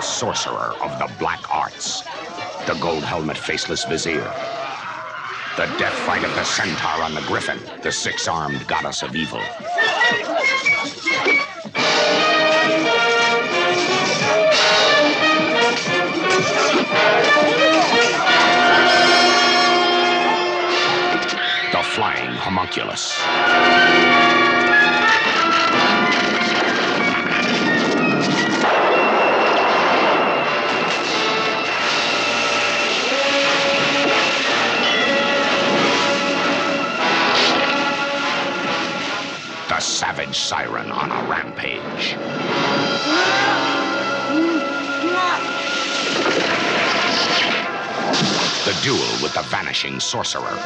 sorcerer of the black arts, the gold helmet faceless vizier, the death fight of the centaur on the griffin, the six armed goddess of evil. The flying homunculus. The savage siren on a rampage. The duel with the vanishing sorcerer.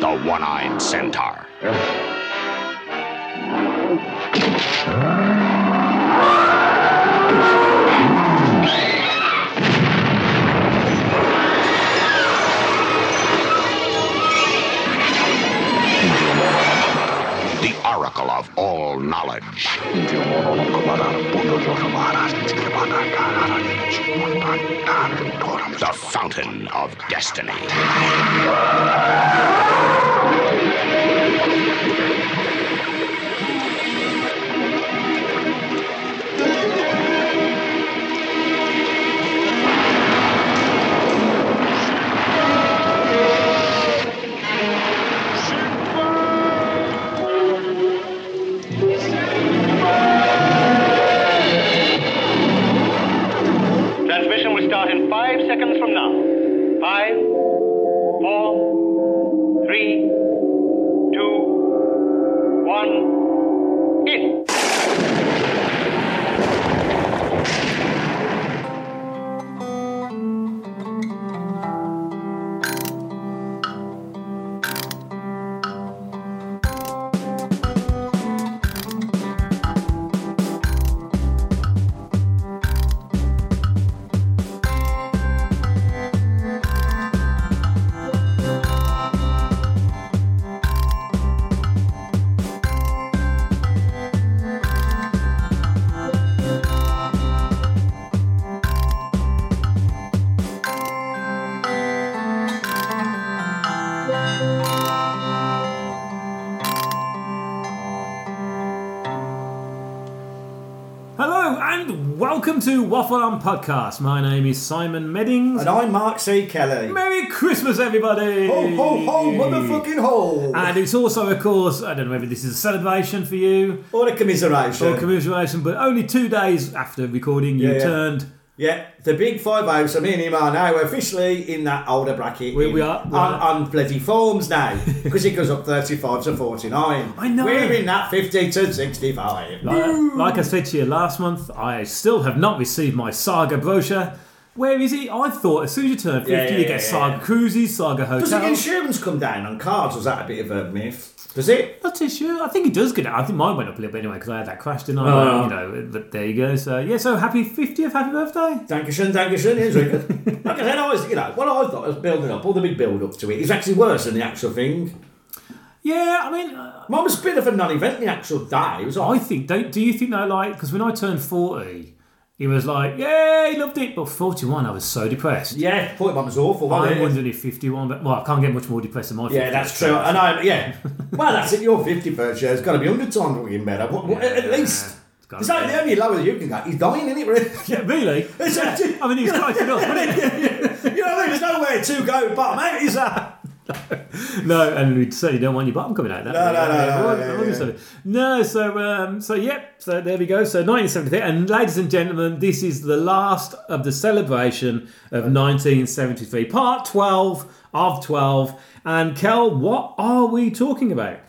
the one eyed centaur. the oracle of all knowledge. The fountain of destiny. Transmission will start in five seconds from now. Five, four, three, two, one, in. Hello and welcome to Waffle On Podcast. My name is Simon Meddings. And I'm Mark C. Kelly. Merry Christmas, everybody! Ho, ho, ho, motherfucking ho! And it's also, of course, I don't know whether this is a celebration for you or a commiseration. or commiseration, but only two days after recording, you Yeah, yeah. turned. yeah, the big five oh, so me and him are now officially in that older bracket. We- in- we are- we on, are. on bloody forms now, because it goes up 35 to 49. I know. We're in that 50 to 65. Like, uh, like I said to you last month, I still have not received my Saga brochure. Where is he? I thought as soon as you turn 50, Yeah, yeah, you get yeah, Saga yeah. cruises, Saga Does the hotels. insurance come down on cars? Was that a bit of a myth? Does it? Not too sure. I think it does go down. I think mine went up a little bit anyway because I had that crash, didn't I? Oh. you know, but there you go. So yeah, so happy 50th, happy birthday. Dankeschön, Dankeschön, here's Rickard. Like I said, I was, you know, what I thought was building up, all the big build up to it, is actually worse than the actual thing. Yeah, I mean, uh, Mine was a bit of a non event, the actual day. It was I think. Don't, do you think though? Like, because when I turned 40, it was like, yay, loved it. But 41, I was so depressed. Yeah, forty one was awful. Wasn't I'm it? wondering if 51, but well, I can't get much more depressed than my. Yeah, 50th. that's true. And I, yeah, well, that's it. Your fifty first year has got to be hundred times fucking better. What, what, at least It's gotta it's like be. the only lower you can go. He's dying, isn't it? Really? Yeah, really? It's actually- I mean, he's quite enough, wasn't it? you know, what I mean? there's nowhere to go. But mate, uh, is that? No, and we certainly don't want your bottom coming out. That No, no, no, no, Everyone- yeah, everyone yeah. said it. No, so, um, so yep, so there we go. So 1973, and ladies and gentlemen, this is the last of the celebration of 1973, part 12 of 12. And Kel, what are we talking about?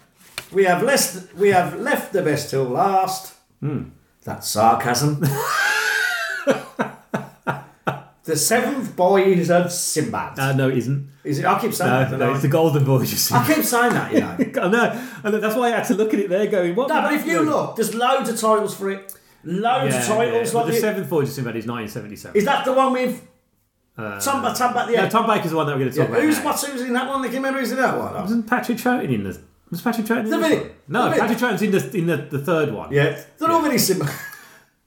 We have less. We have left the best till last. Hmm. That's sarcasm. the seventh boys of Sinbad. Uh, no, it isn't. is it? I keep saying No, that. don't no, I? it's the Golden Voyage. you see. I keep saying that. You know. I know, and that's why I had to look at it there, going, "What?" No, but if you look, there's loads of titles for it. Loads of titles. yeah. Like But the it- seventh Voyage to Sinbad is 1977. Is that the one with Tom, Tom back the no, Egg? Tom Baker's the one that we're going to talk about. Who's now. what's who's in that one? The Kimmerer is in that one. Wasn't Patrick Troughton in the? Was Patrick Troughton in The this minute. one? No, The minute. Patrick Troughton's in the in the, the third one. Yeah, they're all really similar.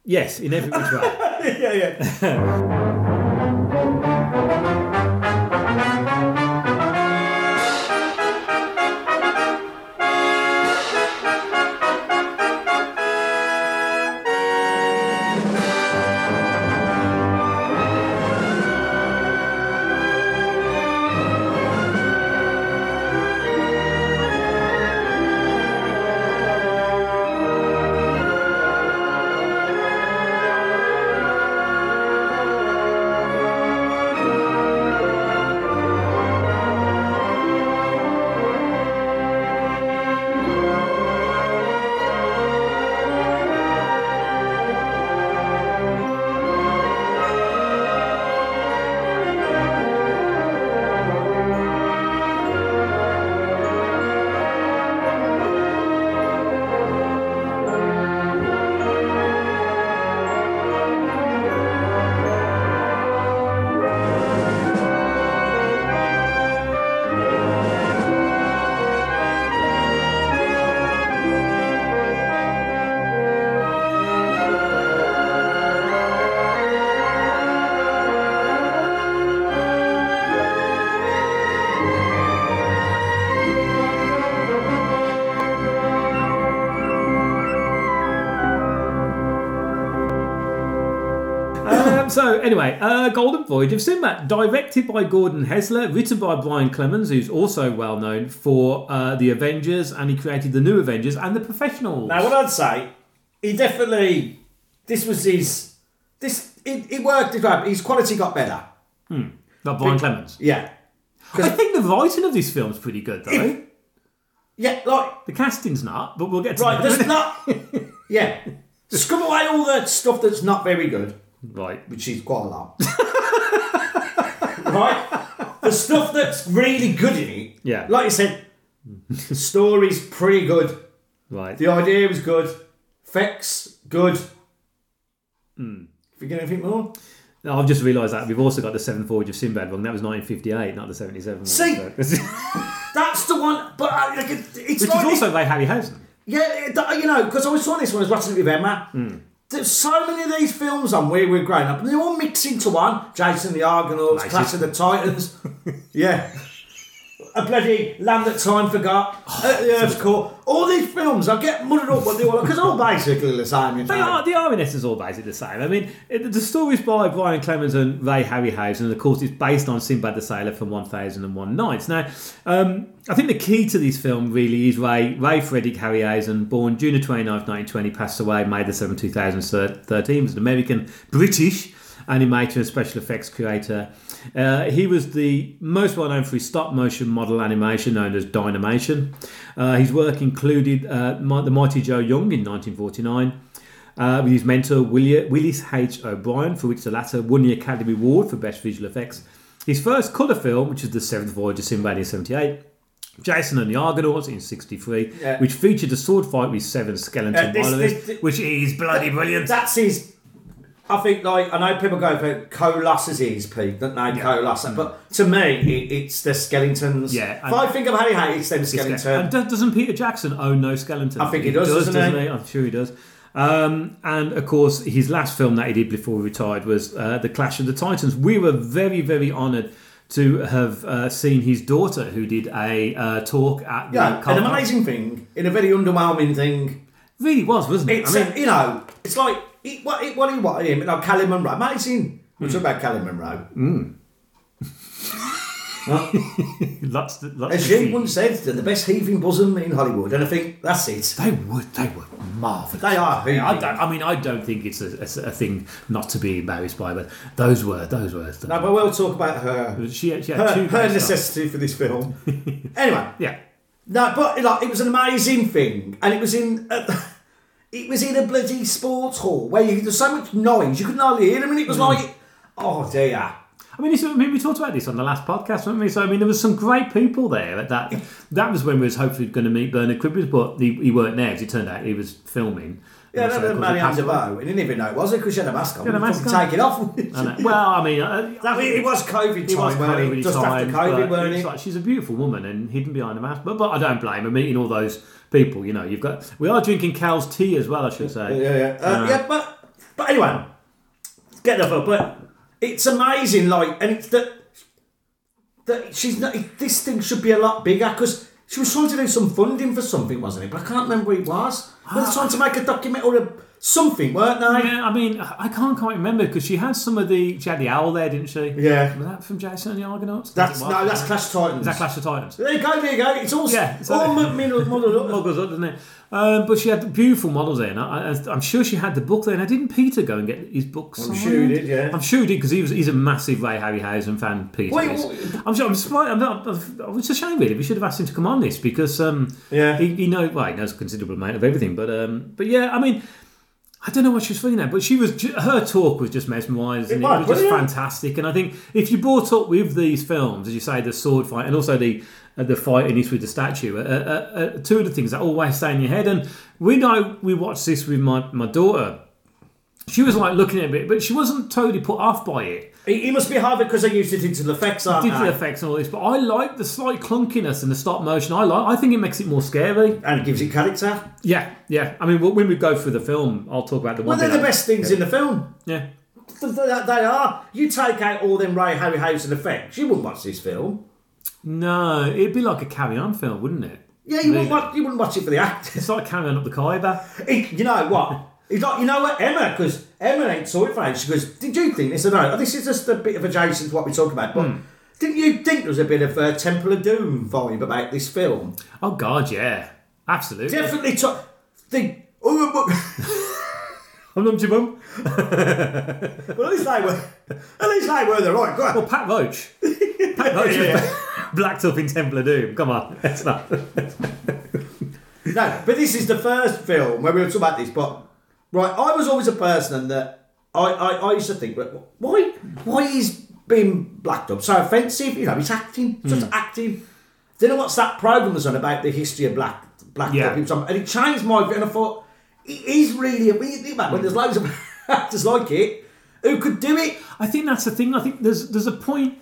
Yes, in every which way. yeah, yeah. um, so anyway, uh, Golden Voyage of Sinbad, directed by Gordon Hesler, written by Brian Clemens, who's also well known for uh, the Avengers, and he created the New Avengers and the Professionals. Now, what I'd say, he definitely this was his this it, it worked. His, his quality got better. Not Brian Clemens. Yeah, I think the writing of this film's pretty good though. If- yeah. Like the casting's not, but we'll get to right, that. in there's a minute. not. Yeah, scrub away all the stuff that's not very good, Right. which is quite a lot. right, the stuff that's really good in it. Yeah. like you said, the story's pretty good. Right. The idea was good. Effects good. Hmm. If you get anything more, Now, I've just realised that we've also got the Seventh Voyage of Sinbad wrong. That was 1958, not the 77 one. See? so- that's the one. But I, like, it- it's Which is like also by Harryhausen. yeah, it- that- you know, because I was saw this one. I was watching it with Emma. Hmm. There's so many of these films on where we're growing up, and they all mix into one. Jason the Argonauts, Nice. Clash of the Titans. yeah. A bloody land that time forgot, at Oh, the Earth's Core. All these films, I get muddled up what they were because all basically the same. in They fact. are, they are in essence all basically the same. I mean, it, the story's by Brian Clemens and Ray Harryhausen, and of course it's based on Sinbad the Sailor from 1001 Nights. Now, um, I think the key to this film really is Ray, Ray Frederick Harryhausen, born June 29, 1920, passed away May the 7th, 2013, was an American-British animator and special effects creator. Uh, he was the most well known for his stop motion model animation known as Dynamation. Uh, his work included uh, Mi- The Mighty Joe Young in 1949. Uh, with his mentor Willi- Willis H. O'Brien, for which the latter won the Academy Award for Best Visual Effects. His first colour film, which is The Seventh Voyage of Sinbad in 78, Jason and the Argonauts in 63, Yeah. which featured a sword fight with seven skeleton Yeah, this- warriors, this- this- which is bloody brilliant. That's his. I think, like, I know people go for Colas is his peak, don't they? Colas. But to me, it, it's the skeletons. Mm. Yeah, If and- I think of Harry Hay, it's them Yeah. skeletons. And do- doesn't Peter Jackson own No Skeleton? I think he does, doesn't he? I'm sure he does. Um, and of course, his last film that he did before he retired was uh, The Clash of the Titans. We were very, very honoured to have uh, seen his daughter, who did a uh, talk at the Yeah, an Carnival. amazing thing in a very underwhelming thing. Really was, wasn't it? It's I mean, you know, it's like it, what it, what he wanted him. Like Callum Monroe, amazing. We talk about Callum Monroe. lots, lots As of you feet. once said, they're the best heaving bosom in Hollywood, and I think that's it. They would. They were marvelous. They are heaving. I, don't, I mean, I don't think it's a, a- a thing not to be embarrassed by, but those were those were. No, but we'll talk about her. she, she had two. great Her, her stars. necessity for this film. anyway, Yeah. No, but like it was an amazing thing, and it was in a, it was in a bloody sports hall where you, there's so much noise you couldn't hardly hear them, and it Hmm. was like, oh dear. I mean, it's, I mean, we talked about this on the last podcast, didn't we? So, I mean, there was some great people there at that. That was when we was hopefully going to meet Bernard Cribbins, but he, he weren't there. As it turned out, he was filming. Yeah, that also was called Marianne the Pascal. DeVoe. And you didn't even know it was it because she had a mask on. had a You mask couldn't on. Take it off. I know. Well, I mean, uh, That- it was COVID It was time, weren't COVID it? Just time, after but COVID, weren't it's it? Like, she's a beautiful woman and hidden behind a mask. But but I don't blame her. Meeting all those people, you know, you've got. We are drinking Cal's tea as well, I should say. Yeah, yeah. Uh, yeah, but but anyway, get the vote. But it's amazing, like, and it's that that she's not. This thing should be a lot bigger because she was trying to do some funding for something, wasn't it? But I can't remember what it was. They were trying to make a document or a something, weren't they? Ah. Yeah, I mean, I I can't quite remember because she had some of the. She had the owl there, didn't she? Yeah. Was that from Jason and the Argonauts? That's It was, no, wasn't that's it? Clash Titans. Is that Clash of Titans? There you go, there you go. It's all Yeah, yeah, so- all mu- middle muddled up. Muggles up, doesn't it? Um, but she had beautiful models in. I, I, I'm sure she had the book there. Now, didn't Peter go and get his book signed? sure he did, yeah. I'm sure he did because he was, he's a massive Ray Harryhausen fan, Peter. Wait, is. what- I'm sure. I'm surprised. I'm not, I'm- it's a shame, really. We should have asked him to come on this because um, Yeah. he, he, know, well, he knows a considerable amount of everything. But um, but yeah, I mean, I don't know what she was thinking at, but she was ju- her talk was just mesmerising. It, was was, just wasn't it? fantastic, and I think if you brought up with these films, as you say, the sword fight and also the uh, the fight in Eastwood the statue, uh, uh, uh, two of the things that always stay in your head. And we know we watched this with my my daughter. She was like looking at it, but she wasn't totally put off by it. He, he must be Harvard because they used digital effects, aren't Digital they? effects and all this, but I like the slight clunkiness and the stop motion. I like. I think it makes it more scary. And gives it character. Yeah, yeah. I mean, when we go through the film, I'll talk about the Well, one. they're bit the that- best things in the film. Yeah. Th- th- that They are. You take out all them Ray Harryhausen effects, you wouldn't watch this film. No, it'd be like a carry on film, wouldn't it? Yeah, you wouldn't Really? watch. You wouldn't watch it for the actors. It's like carrying up the Khyber. It- you know what? It's like you know what Emma, because Emma ain't saw it for ages. She goes, "Did you think this?" I know this is just a bit of adjacent to what we talk about, but. Didn't you think there was a bit of a Temple of Doom vibe about this film? Oh God, yeah, absolutely. Definitely took the. Oh, but- I'm not your mum. well, at least they were. At least they were the right. Go Well, on. Pat Roach. Pat Roach was blacked up in Temple of Doom. Come on, that's not. No, but this is the first film where we were talking about this. But right, I was always a person that I, I, I used to think, well, why why is being blacked up so offensive? You know, it's acting, it's just acting. Then I watched that program was on about the history of black black Yeah. people, something, and it changed my view. And I thought it is really when you think about it, when there's loads of actors like it who could do it. I think that's the thing. I think there's there's a point.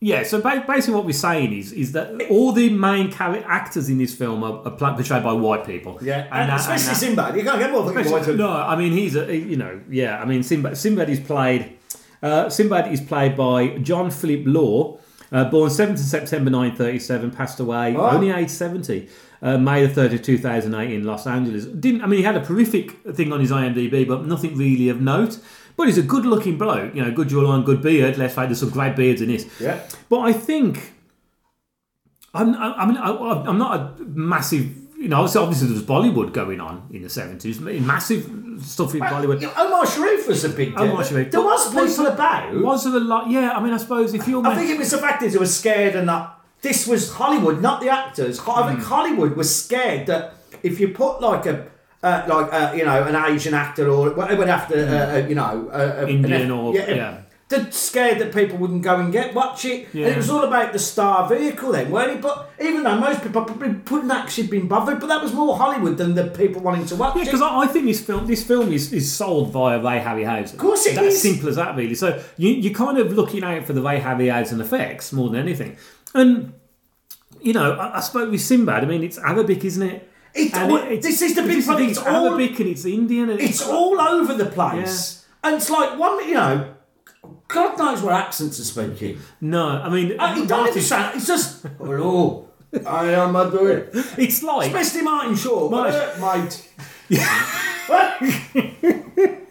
Yeah, so ba- basically what we're saying is is that all the main character actors in this film are, are pla- portrayed by white people. and, especially Sinbad, you can't get more fucking white. No, I mean he's a you know yeah. I mean Sinbad. Sinbad is played. Uh, Sinbad is played by John Philip Law, uh, born 7th of September 1937, passed away only age 70, uh, May the 30th, 2008 in Los Angeles. Didn't I mean he had a horrific thing on his IMDb, but nothing really of note. But he's a good-looking bloke, you know, good jawline, good beard. Let's face it, there's some great beards in this. Yeah. But I think I'm, I I mean, I, I'm not a massive, you know, obviously, obviously there was Bollywood going on in the 70s, massive stuff in Bollywood. Omar Sharif was a big deal. Omar Sharif. There was But- people about. Was there a lot? Yeah, I mean, I suppose if you're. I think it was the factors who were scared and that this was Hollywood, not the actors. Ho- I Hmm. think Hollywood was scared that if you put like a uh, like uh, you know an Asian actor or whatever after uh, uh, you know uh, Hmm. Indian or- yeah. They're scared that people wouldn't go and get watch it. And Yeah. it was all about the star vehicle then, weren't it? But even though most people probably wouldn't actually been bothered, but that was more Hollywood than the people wanting to watch Yeah, it. because I, I think this film this film is, is sold via Ray Harryhausen. Of course it That's is. simple as that, really. So you, you're kind of looking out for the Ray Harryhausen effects more than anything. And, you know, I, I suppose with Sinbad, I mean, it's Arabic, isn't it? It's And all- this is the big this problem, It's it's all- Arabic and it's Indian. And it's all over the place. And it's like one, you know, God knows what accents are speaking. No, I mean, Uh, he don't Martin- even sound. It's just hello. I am a doing. it's like Especially Martin Shaw. Martin- Uh, mate.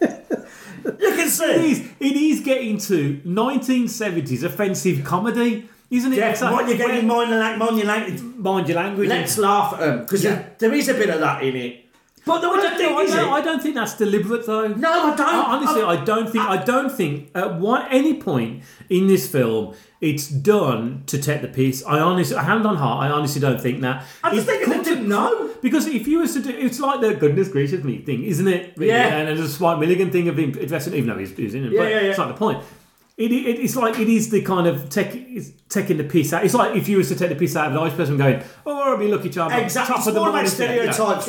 you can it see. is, it is getting to 1970s offensive comedy, isn't it? Yeah, It's like- what you're getting mind your lang- mind your language. mind your language. Let's laugh at them because Yeah. there is a bit of that in it. But the I one don't, thing know, I, is, don't, I it- don't think that's deliberate though. no, I don't. honestly, I- I don't think. I don't think at one any point in this film it's done to take the piss. I honestly, hand on heart, I honestly don't think that. I just It's think they cut didn't to- know. Because if you was to do, it's like the goodness gracious me thing, isn't it? Really? Yeah. And, and the Spike Milligan thing of him addressing, even though he's, he's in it, Yeah, but yeah, yeah. it's not the point. It, it, it's like it is the kind of tech, it's taking the piss out. It's like if you was to take the piss out of an Irish person going, "Oh, I'll be lucky charm." Exactly. It's more about stereotypes,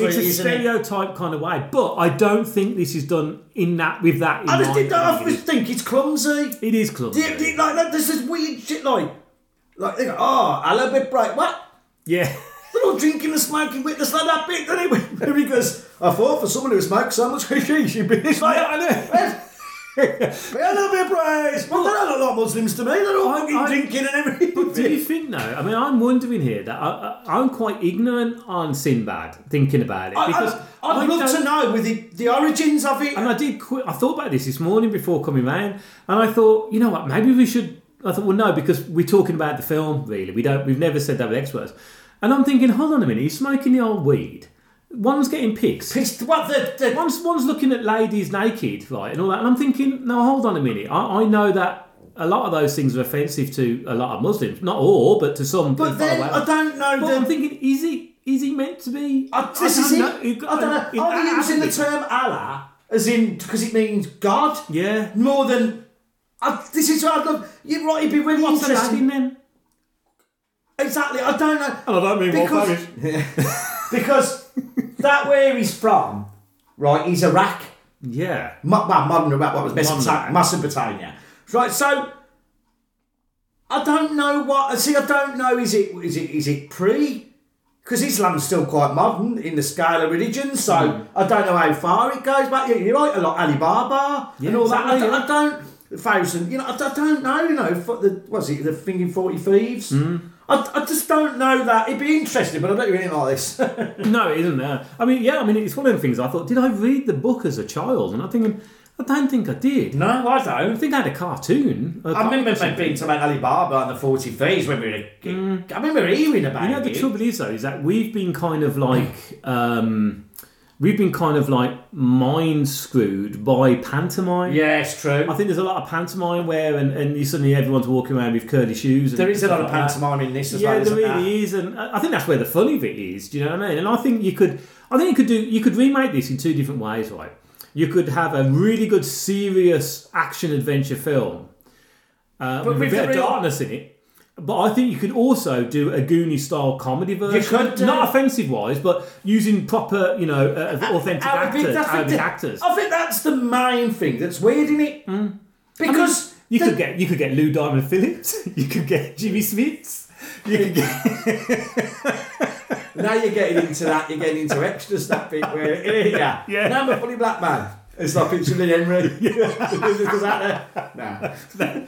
It's really, a isn't it? stereotype kind of way, but I don't think this is done in that with that. In I just mind. did that. I think it just is- think it's clumsy. It is clumsy. Yeah, yeah, like, like there's this weird shit like like they go, oh, I love it bright. What? Yeah. They're all drinking and smoking with the slab up bit, don't they? Where he goes, I thought for someone who smokes so much she should be it's like I know. I love it bright. Well, they don't look like Muslims to me, they're all I- fucking I- drinking and everything. Do you think though? I mean, I'm wondering here that I, I, I'm quite ignorant on Sinbad, thinking about it I, because I, would love don't- to know with the, the origins of it. And I did. Qu- I thought about this this morning before coming round, and I thought, you know what? Maybe we should. I thought, well, no, because we're talking about the film. Really, we don't. We've never said that with experts. And I'm thinking, hold on a minute. He's smoking the old weed. One's getting pics. It's what the, the One's one's looking at ladies naked, right, and all that. And I'm thinking, no, hold on a minute. I, I know that. A lot of those things are offensive to a lot of Muslims, not all, but to some. but people far then away. I don't know But the, I'm thinking, is he is he meant to be? I, this is it. don't know. I don't In know. Are they that using the aspect- term Allah as in because it means God? Yeah. More than I, this is what I'd love. You're right. It'd be really What's that interesting. in then? Exactly. I don't know. I don't mean Because- because that where he's from, right? He's Iraq. Yeah. Mo- well, modern Iraq. What was Modern Mesopotamia? Iraq. Mesopotamia. Right. So. I don't know what. uh, See, I don't know. Is it? Is it? Is it pre? Because Islam's still quite modern in the scale of religion, so I don't know how far it goes. But you're right, a lot Alibaba and Yeah, all that. I exactly, don't, I don't thousand. You know, I, don't- I don't know. You know, for the what's it? The thing in Forty Thieves. I, I just don't know that. It'd be interesting, but I don't really like this. No, it isn't. Uh, I mean, yeah. I mean, it's one of the things I thought. Did I read the book as a child? And I'm thinking, I don't think I did. no, I don't. I think I had a cartoon. A I remember cartoon. being about Alibaba and the Forty Thieves when we were. a- I remember hearing about You know, it. the trouble is though, is that we've been kind of like, um, we've been kind of like mind screwed by pantomime. Yeah, it's true. I think there's a lot of pantomime where, and, and you suddenly everyone's walking around with curly shoes. And there is a lot of stuff like that. pantomime in this as yeah, well. there isn't really is, and uh, I I think that's where the fun of it is. Do you know what I mean? And I think you could, I think you could do, you could remake this in two different ways, right? You could have a really good serious action adventure film, uh, with, with a bit the of real- darkness in it. But I think you could also do a Goonie style comedy version. could do. not offensive wise, but using proper, you know, uh, authentic I think actors, that's the Oh, Arabic di- actors. I think that's the main thing that's weird in it. Because You the- could get you could get Lou Diamond Phillips. You could get Jimmy Smiths. You could get now you're getting into that, you're getting into extra stuff bit where yeah, Yeah. Now I'm a funny black man. It's like picture Lee Henry. Because that uh, nah.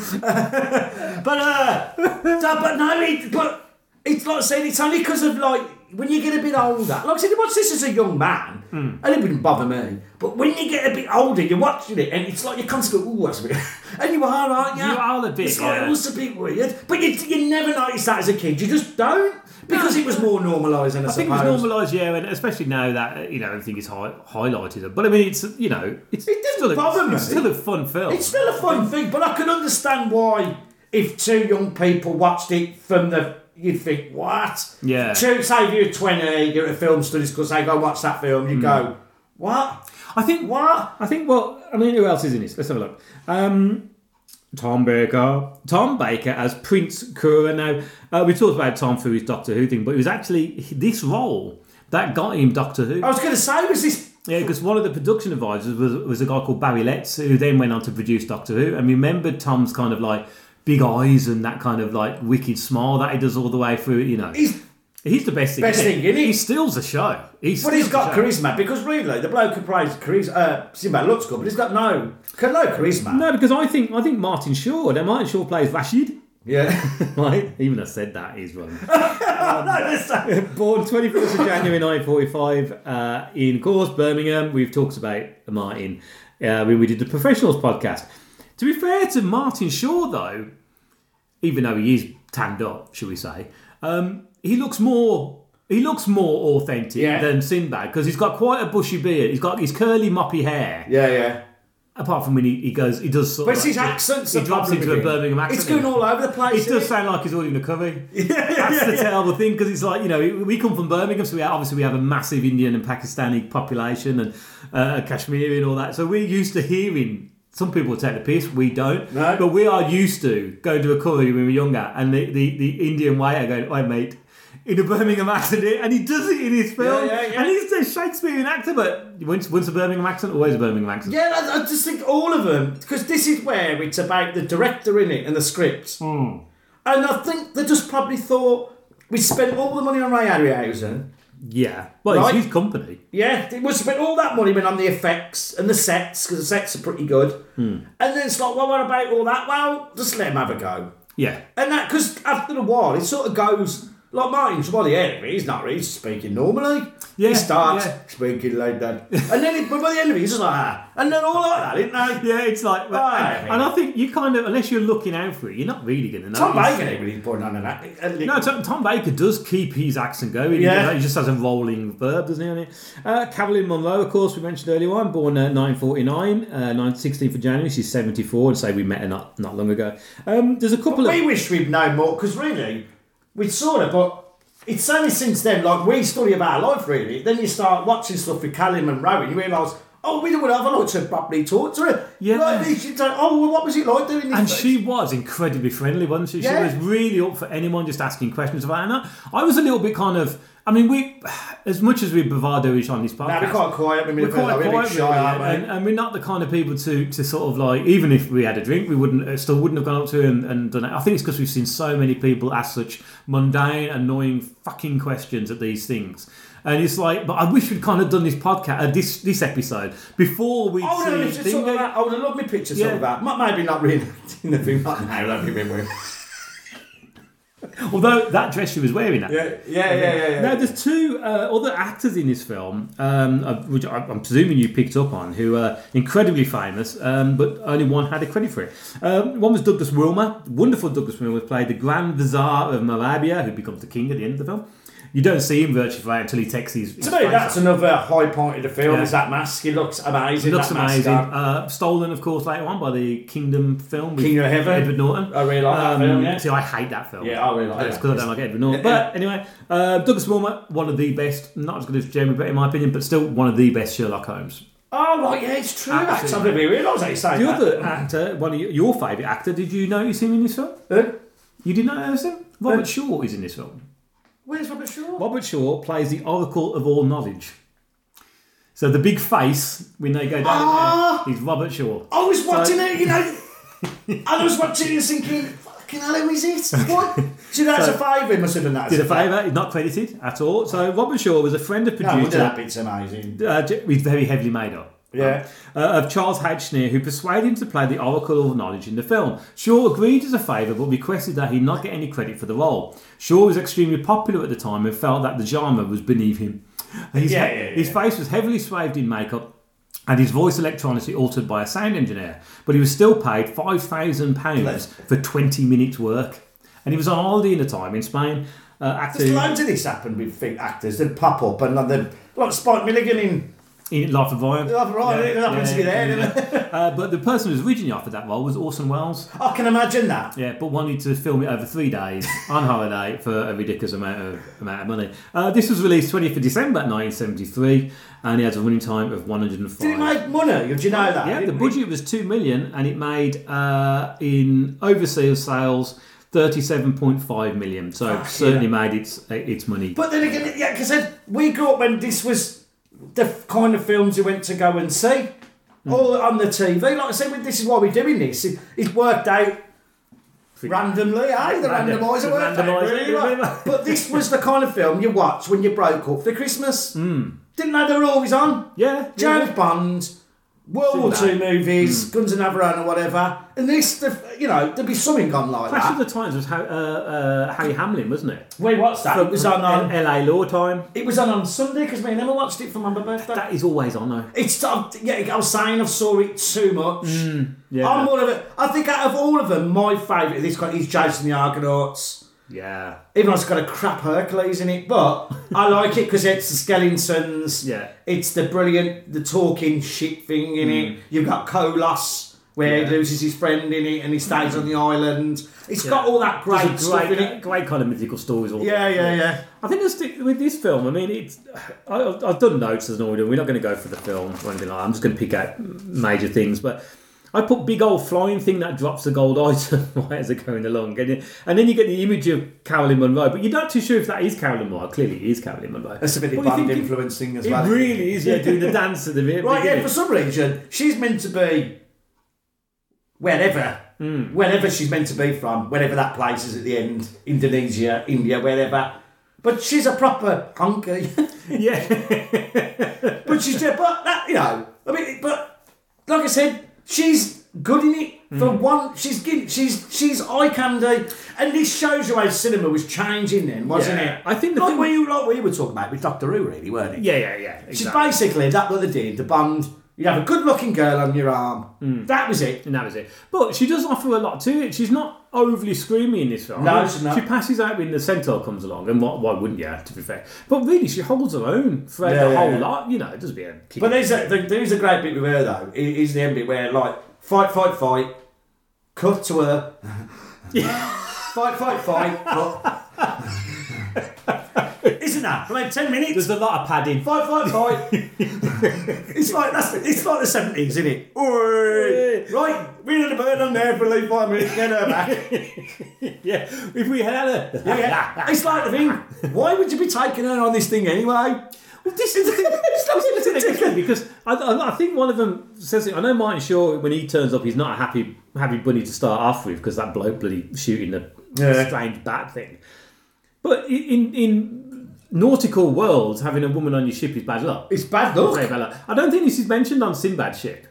but uh, no, but no, it, but it's like saying it's only because of like when you get a bit older. Like I said, I watched this as a young man, Hmm. and it wouldn't bother me. But when you get a bit older, you're watching it, and it's like you're constantly, ooh, that's weird. And you are, aren't you? You are a bit, It's like, yeah. "Oh, it's a bit weird. But you, you never noticed that as a kid. You just don't. Because it was more normalised, and I, I think it was suppose. normalised, yeah, and especially now that uh, you know everything is hi- highlighted. But I mean, it's uh, you know, it's It didn't still a, bother it's me. still a fun film. It's still a fun thing, but I can understand why if two young people watched it from the you'd think, What? Yeah. Two say if you're twenty, you're at a film studies because they go watch that film, Hmm. you go, What? I think What? I think. Well, I mean, who else is in this? Let's have a look. Um, Tom Baker. Tom Baker as Prince Kura. Now uh, we talked about Tom through his Doctor Who thing, but it was actually this role that got him Doctor Who. I was gonna say was this Yeah, because one of the production advisors was, was a guy called Barry Letts, who then went on to produce Doctor Who. And remember Tom's kind of like big eyes and that kind of like wicked smile that he does all the way through, you know. He's- He's the best thing. Best isn't thing, isn't he? He steals the show. He but steals he's got the show. charisma because really the bloke who plays charisma uh Simba looks good, but he's got no no charisma. No, because I think I think Martin Shaw. Now Martin Shaw plays Rashid. Yeah. Right? Even I said that is wrong. no, it's- Born 21st of January 1945 uh, in, of course, Birmingham. We've talked about Martin uh, when we did the Professionals podcast. To be fair to Martin Shaw, though, even though he is tanned up, shall we say, um, he looks more. He looks more authentic Yeah. than Sinbad because he's got quite a bushy beard. He's got his curly, moppy hair. yeah, yeah. Apart from when he, he goes, he does sort of. But it's like- his accents. He the drops problem into a with it. Birmingham accent. It's going all over the place. It isn't does sound like he's ordering a curry. That's the terrible thing because it's like you know we- we come from Birmingham, so we obviously we have a massive Indian and Pakistani population and uh, Kashmiri and all that. So we're used to hearing Some people take the piss, we don't. No. But we are used to going to a curry when we were younger, and the, the, the Indian waiter going, "Wait, mate." In a Birmingham accent, and he does it in his film, yeah, yeah. and he's a Shakespearean actor. But once, once a Birmingham accent, always a Birmingham accent. Yeah, I, I just think all of them because this is where it's about the director in it and the script. Hmm. And I think they just probably thought we spent all the money on Ray Harryhausen. Yeah, well, Right. it's his company. Yeah, we spent all that money went on the effects and the sets because the sets are pretty good. Hmm. And then it's like, well, what about all that? Well, just let him have a go. Yeah, And that because after a while, it sort of goes like Martin's. Well, yeah, he's not really speaking normally. Yeah, he starts yeah. speaking like that, and then it, but by the end of it, he's just like, ah. and then all like that, isn't they? Yeah, it's like, Right. and I think you kind of, unless you're looking out for it, you're not really going to know. Tom Baker ain't really putting on an act. No, Tom, Tom Baker does keep his accent going. Yeah. He just has a rolling verb, doesn't he? On it? Uh, Carolyn Monroe, of course, we mentioned earlier on, born uh, 949, uh, 9, 16th of January. She's 74, and say we met her not, not long ago. Um, there's a couple we of. wish we'd known more because really, we saw it, but. It's only since then, like we study about life really. Then you start watching stuff with Callum and Rowan, you realise, oh, we would have a lot to properly talk to her. Yeah. Like, she'd say, oh, well, what was it like doing this? And she was incredibly friendly, wasn't she? Yeah. She was really up for anyone just asking questions about her. And I, I was a little bit kind of. I mean, we, as much as we're bravado-ish on this podcast, Now, we're quite quiet, we're, we're quite we're a bit quiet, shy, aren't we? really, and, and we're not the kind of people to to sort of like even if we had a drink, we wouldn't uh, still wouldn't have gone up to him and, and done it. I think it's because we've seen so many people ask such mundane, annoying, fucking questions at these things. And it's like, but I wish we'd kind of done this podcast, uh, this this episode before we. I would have loved see to sort of Dingo. that. I would have loved my picture Yeah. sort of that. M- Maybe not reenacting the thing like now, that'd be a bit weird. Although that dress she was wearing, that Yeah, yeah, yeah, yeah. yeah. Now, there's two uh, other actors in this film, um, uh, which I- I'm presuming you picked up on, who are incredibly famous, um, but only one had a credit for it. Um, one was Douglas Wilmer, wonderful Douglas Wilmer, who played the Grand Vizier of Moravia, who becomes the king at the end of the film. You don't see him virtually for- until he takes his. his to me, face that's off. another high point of the film Yeah. is that mask. He looks amazing. Looks that amazing. Mask, Uh, stolen, of course, later on by the Kingdom film with Kingdom of Heaven. Edward Norton. Um, I really like that film, yeah. See, I hate that film. Yeah, I really like That's that. because I don't like Edward Norton. Yeah. But anyway, uh, Douglas Wilmot, one of the best, not as good as Jeremy Brett in my opinion, but still one of the best Sherlock Holmes. oh, right, yeah, it's true. Absolutely. That's something we realise that he's saying. The that. other actor, one of your, your favourite actor, did you notice him in this film? Huh? You did not notice him? Robert Shaw is in this film. Where's Robert Shaw? Robert Shaw plays the Oracle of All Knowledge. So the big face when they go down Ah! there, he's Robert Shaw. I was watching So- it, you know. I was watching it and thinking, fucking hell, who is it? What? Do you know, that's a favour. He must have done that. as Did a favour, he's not credited at all. So Robert Shaw was a friend of No, wonder producer. that bit's amazing. uh, j- he's very heavily made up. Yeah. Uh, of Charles Hatchner, who persuaded him to play the Oracle of Knowledge in the film. Shaw agreed as a favour but requested that he not get any credit for the role. Shaw was extremely popular at the time and felt that the genre was beneath him. His, Yeah, yeah, yeah. his face was heavily swathed in makeup and his voice electronically altered by a sound engineer, but he was still paid £5,000 for 20 minutes' work. And he was on holiday in the time in Spain. Uh, There's acting loads of this happened with fake actors. They'd pop up and then, like Spike Milligan in in Life of Ryan. Life of Ryan, it happens to be there, doesn't Uh, but the person who was originally offered that role was Orson Welles. I can imagine that. Yeah, but wanted to film it over three days on holiday for a ridiculous amount of amount of money. Uh, this was released 20th of December 1973, and it has a running time of 105. Did it make money? Do you know that? yeah, the Didn't it? budget was two million, and it made uh, in overseas sales 37.5 million. So certainly made its its money. But then again, yeah, because we grew up when this was the f- kind of films you went to go and see, Hmm. all on the TV. Like I said, this is why we're doing this. It, it worked out randomly. Hey, the Random- randomiser worked out randomiser, really yeah, well. yeah. But this was the kind of film you watched when you broke up for Christmas. Didn't know they were always on. Yeah, Hmm. yeah. James Bond, World War Seen Hmm. Two movies, Guns and Navarone or whatever. And this, the, you know, there'd be something on like Clash of that. the Times was Har- uh, uh, Harry Hamlin, wasn't it? Wait, what's that? It was on, on L- LA Law Time. it was on on Sunday because me and Emma watched it for my birthday. That is always on though. it's uh, yeah, I was saying I saw it too much. Yeah. I'm one of it. I think out of all of them, my favourite of this kind is Jason the Argonauts. Yeah. Even though it's got a crap Hercules in it, but I like it because it's the Skellingtons. Yeah. It's the brilliant, the talking shit thing in it. You've got Kolos, where Yeah. he loses his friend in it and he stays on the island. It's got all that great, There's a stuff in great, it. great kind of mythical stories. All Yeah, yeah, yeah. I think let's stick with this film. I mean, it's I, I've I've done notes as an order. We're not going to go for the film or anything like. that. I'm just going to pick out major things, but I put big old flying thing that drops the gold item right as they're going along, and, you- and then you get the image of Carolyn Monroe, but you're not too sure if that is Carolyn Monroe. Clearly, it is Carolyn Monroe. That's a bit But of you think band it- influencing as It well. really is. Yeah, doing the dance at the very Right, yeah, beginning. for some reason, she's meant to be wherever, Hmm. wherever she's meant to be from, wherever that place is at the end, Indonesia, India, wherever. But she's a proper honky. yeah. but she's just, but that, you know, I mean, but like I said, she's good in it for Hmm. one. She's gin- she's she's eye candy, and this shows you how cinema was changing then, wasn't Yeah. it? I think the like thing- we like we were talking about with Doctor Who, really, weren't it? Yeah, yeah, yeah. She's exactly. basically that what they did. The band, you'd have a good-looking girl on your arm. Hmm. That was it. And that was it. But she does offer a lot to it. She's not overly screamy in this film. No, she's not. She passes out when the centaur comes along, and why, why wouldn't you, to be fair? But really, she holds her own throughout Yeah, the yeah, whole yeah. lot. You know, it doesn't be a kick. But there's a there- there is a great bit with her though. i- Is the end bit where like fight, fight, fight, cut to her. fight, fight, fight. cut. Isn't that? I mean, ten minutes. There's a lot of padding. Fight, fight, fight. it's like that's it's like the seventies, isn't it? Oi! Right, we had a bird on there for like five minutes. Get her back. Yeah, if we had a. Yeah, yeah. it's like the thing. Why would you be taking her on this thing anyway? Well, this is the thing. this is the thing, isn't it? because I, I, I think one of them says it. I know Martin Shaw when he turns up, he's not a happy happy bunny to start off with because that bloke bloody shooting the Yeah. strange bat thing. But i- in in nautical worlds, having a woman on your ship is bad luck. It's bad luck. Say bad luck. I don't think this is mentioned on Sinbad's ship.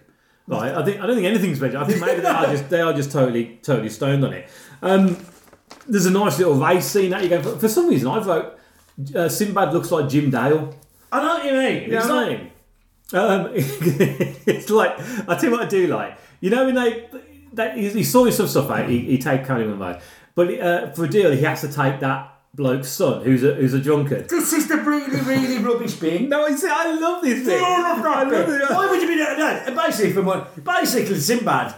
Right, I think I don't think anything's mentioned. I think maybe they are just they are just totally totally stoned on it. Um, there's a nice little race scene that you go for. For some reason, I vote uh, Sinbad looks like Jim Dale. I know what you mean. You It's know what like- I mean? Um, it's like I tell you what I do like. You know when they, they he, he saw some stuff out. He, he take Connie Monroe, but uh, for a deal he has to take that bloke's son who's a who's a drunkard. this is the really, really rubbish bit. No, it's, I love this thing. I love it. Why would you be doing that? And basically, from what, basically, Sinbad,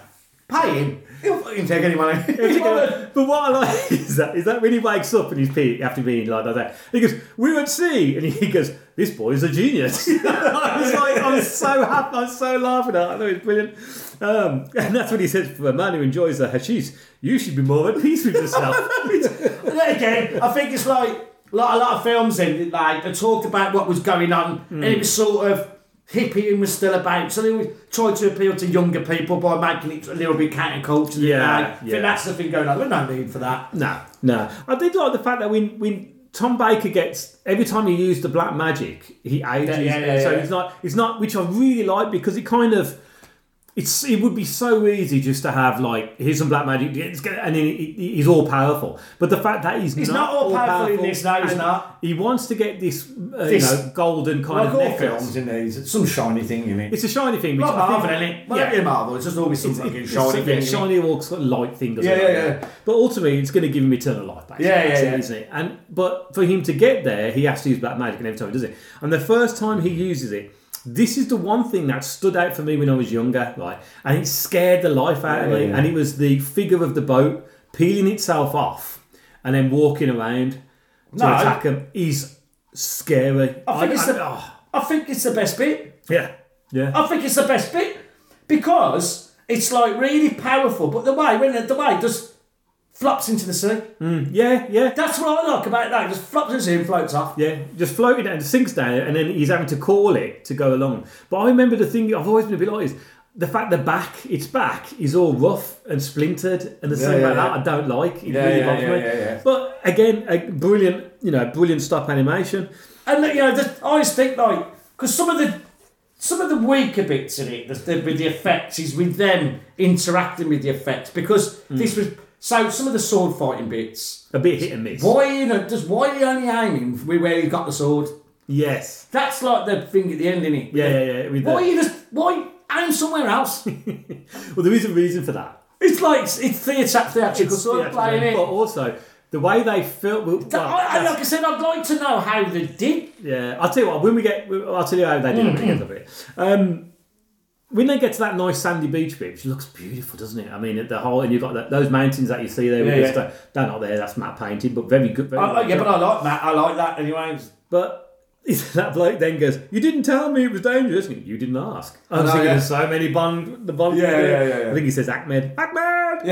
pay him. He'll fucking take any money. He's one of- But what I like is that is that when he wakes up and he's peeing after being like that, he goes, "We were at sea," and he goes, "This boy's a genius." I was like, I'm so happy, I'm so laughing at. It. I thought it's brilliant, um, and that's what he says for a man who enjoys the hashish. You should be more at peace with yourself. And then again, I think it's like like a lot of films in like they talked about what was going on, and it was sort of hippie and was still about. So they always tried to appeal to younger people by making it a little bit counterculture. Yeah, like, I yeah. think that's the thing going on. There's no need for that. no, no. I did like the fact that when when Tom Baker gets every time he used the black magic, he ages. yeah, yeah, so yeah. it's not it's not which I really like because it kind of. it's it would be so easy just to have like here's some black magic it's gonna- and he, he- he's all powerful but the fact that he's, not all powerful in all-powerful this, no, he's and not. he wants to get this, uh, This- you know golden kind Like of all necklace. films in these, some shiny thing in it. it's a shiny thing which Not I think- Marvel, innit? Well, yeah. Marvel, it's just always some fucking it's shiny something- thing. innit? shiny or sort of light thing. doesn't Yeah, it? yeah, yeah. But ultimately, it's going to give him eternal life back. Yeah, yeah, That's it, yeah. Isn't it? And but for him to get there, he has to use black magic, and every time he does it, and the first time he uses it. This is the one thing that stood out for me when I was younger, right? And it scared the life out of me. And it was the figure of the boat peeling itself off and then walking around to No. attack him is scary. I think it's the oh, I think it's the best bit. yeah, yeah. I think it's the best bit because it's like really powerful, but the way when the way it just flops into the sea. yeah, yeah. That's what I like about that. It just flops into the sea and floats off. Yeah, just floating and sinks down, and then he's having to call it to go along. But I remember the thing I've always been a bit like is the fact the back, its back, is all rough and splintered, and the thing yeah, like that yeah. I don't like. It Yeah, really yeah, bothers yeah, me. yeah, yeah. But again, a brilliant, you know, brilliant stop animation. And you know, just, I always think like because some of the some of the weaker bits in it, the, the, with the effects, is with them interacting with the effects because this was so some of the sword fighting bits. A bit hit and miss. Why you know just why are you only aiming with where you got the sword? Yes. That's like the thing at the end, is it? Yeah, yeah, yeah. With Why the, you just why aim somewhere else? well, there is a reason for that. It's like it's theatre theatrical It's- yeah, sword playing But it. also the way they film. Well, I, I, that's- like I said, I'd like to know how they did. Yeah, I'll tell you what. When we get, I'll tell you how they did it Mm. together a bit. Um, when they get to that nice sandy beach bit, which looks beautiful, doesn't it? I mean, the whole and you've got that, those mountains that you see there. with Yeah, the yeah. stone- They're not there. That's matte painted, but very good. Very I, well I- yeah, done. but I like that. I like that anyway. But that bloke then goes, "You didn't tell me it was dangerous. You didn't ask." I'm know, thinking yeah. of so many Bond, the Bond. Yeah, yeah, yeah, yeah. I think he says Ahmed. Ahmed.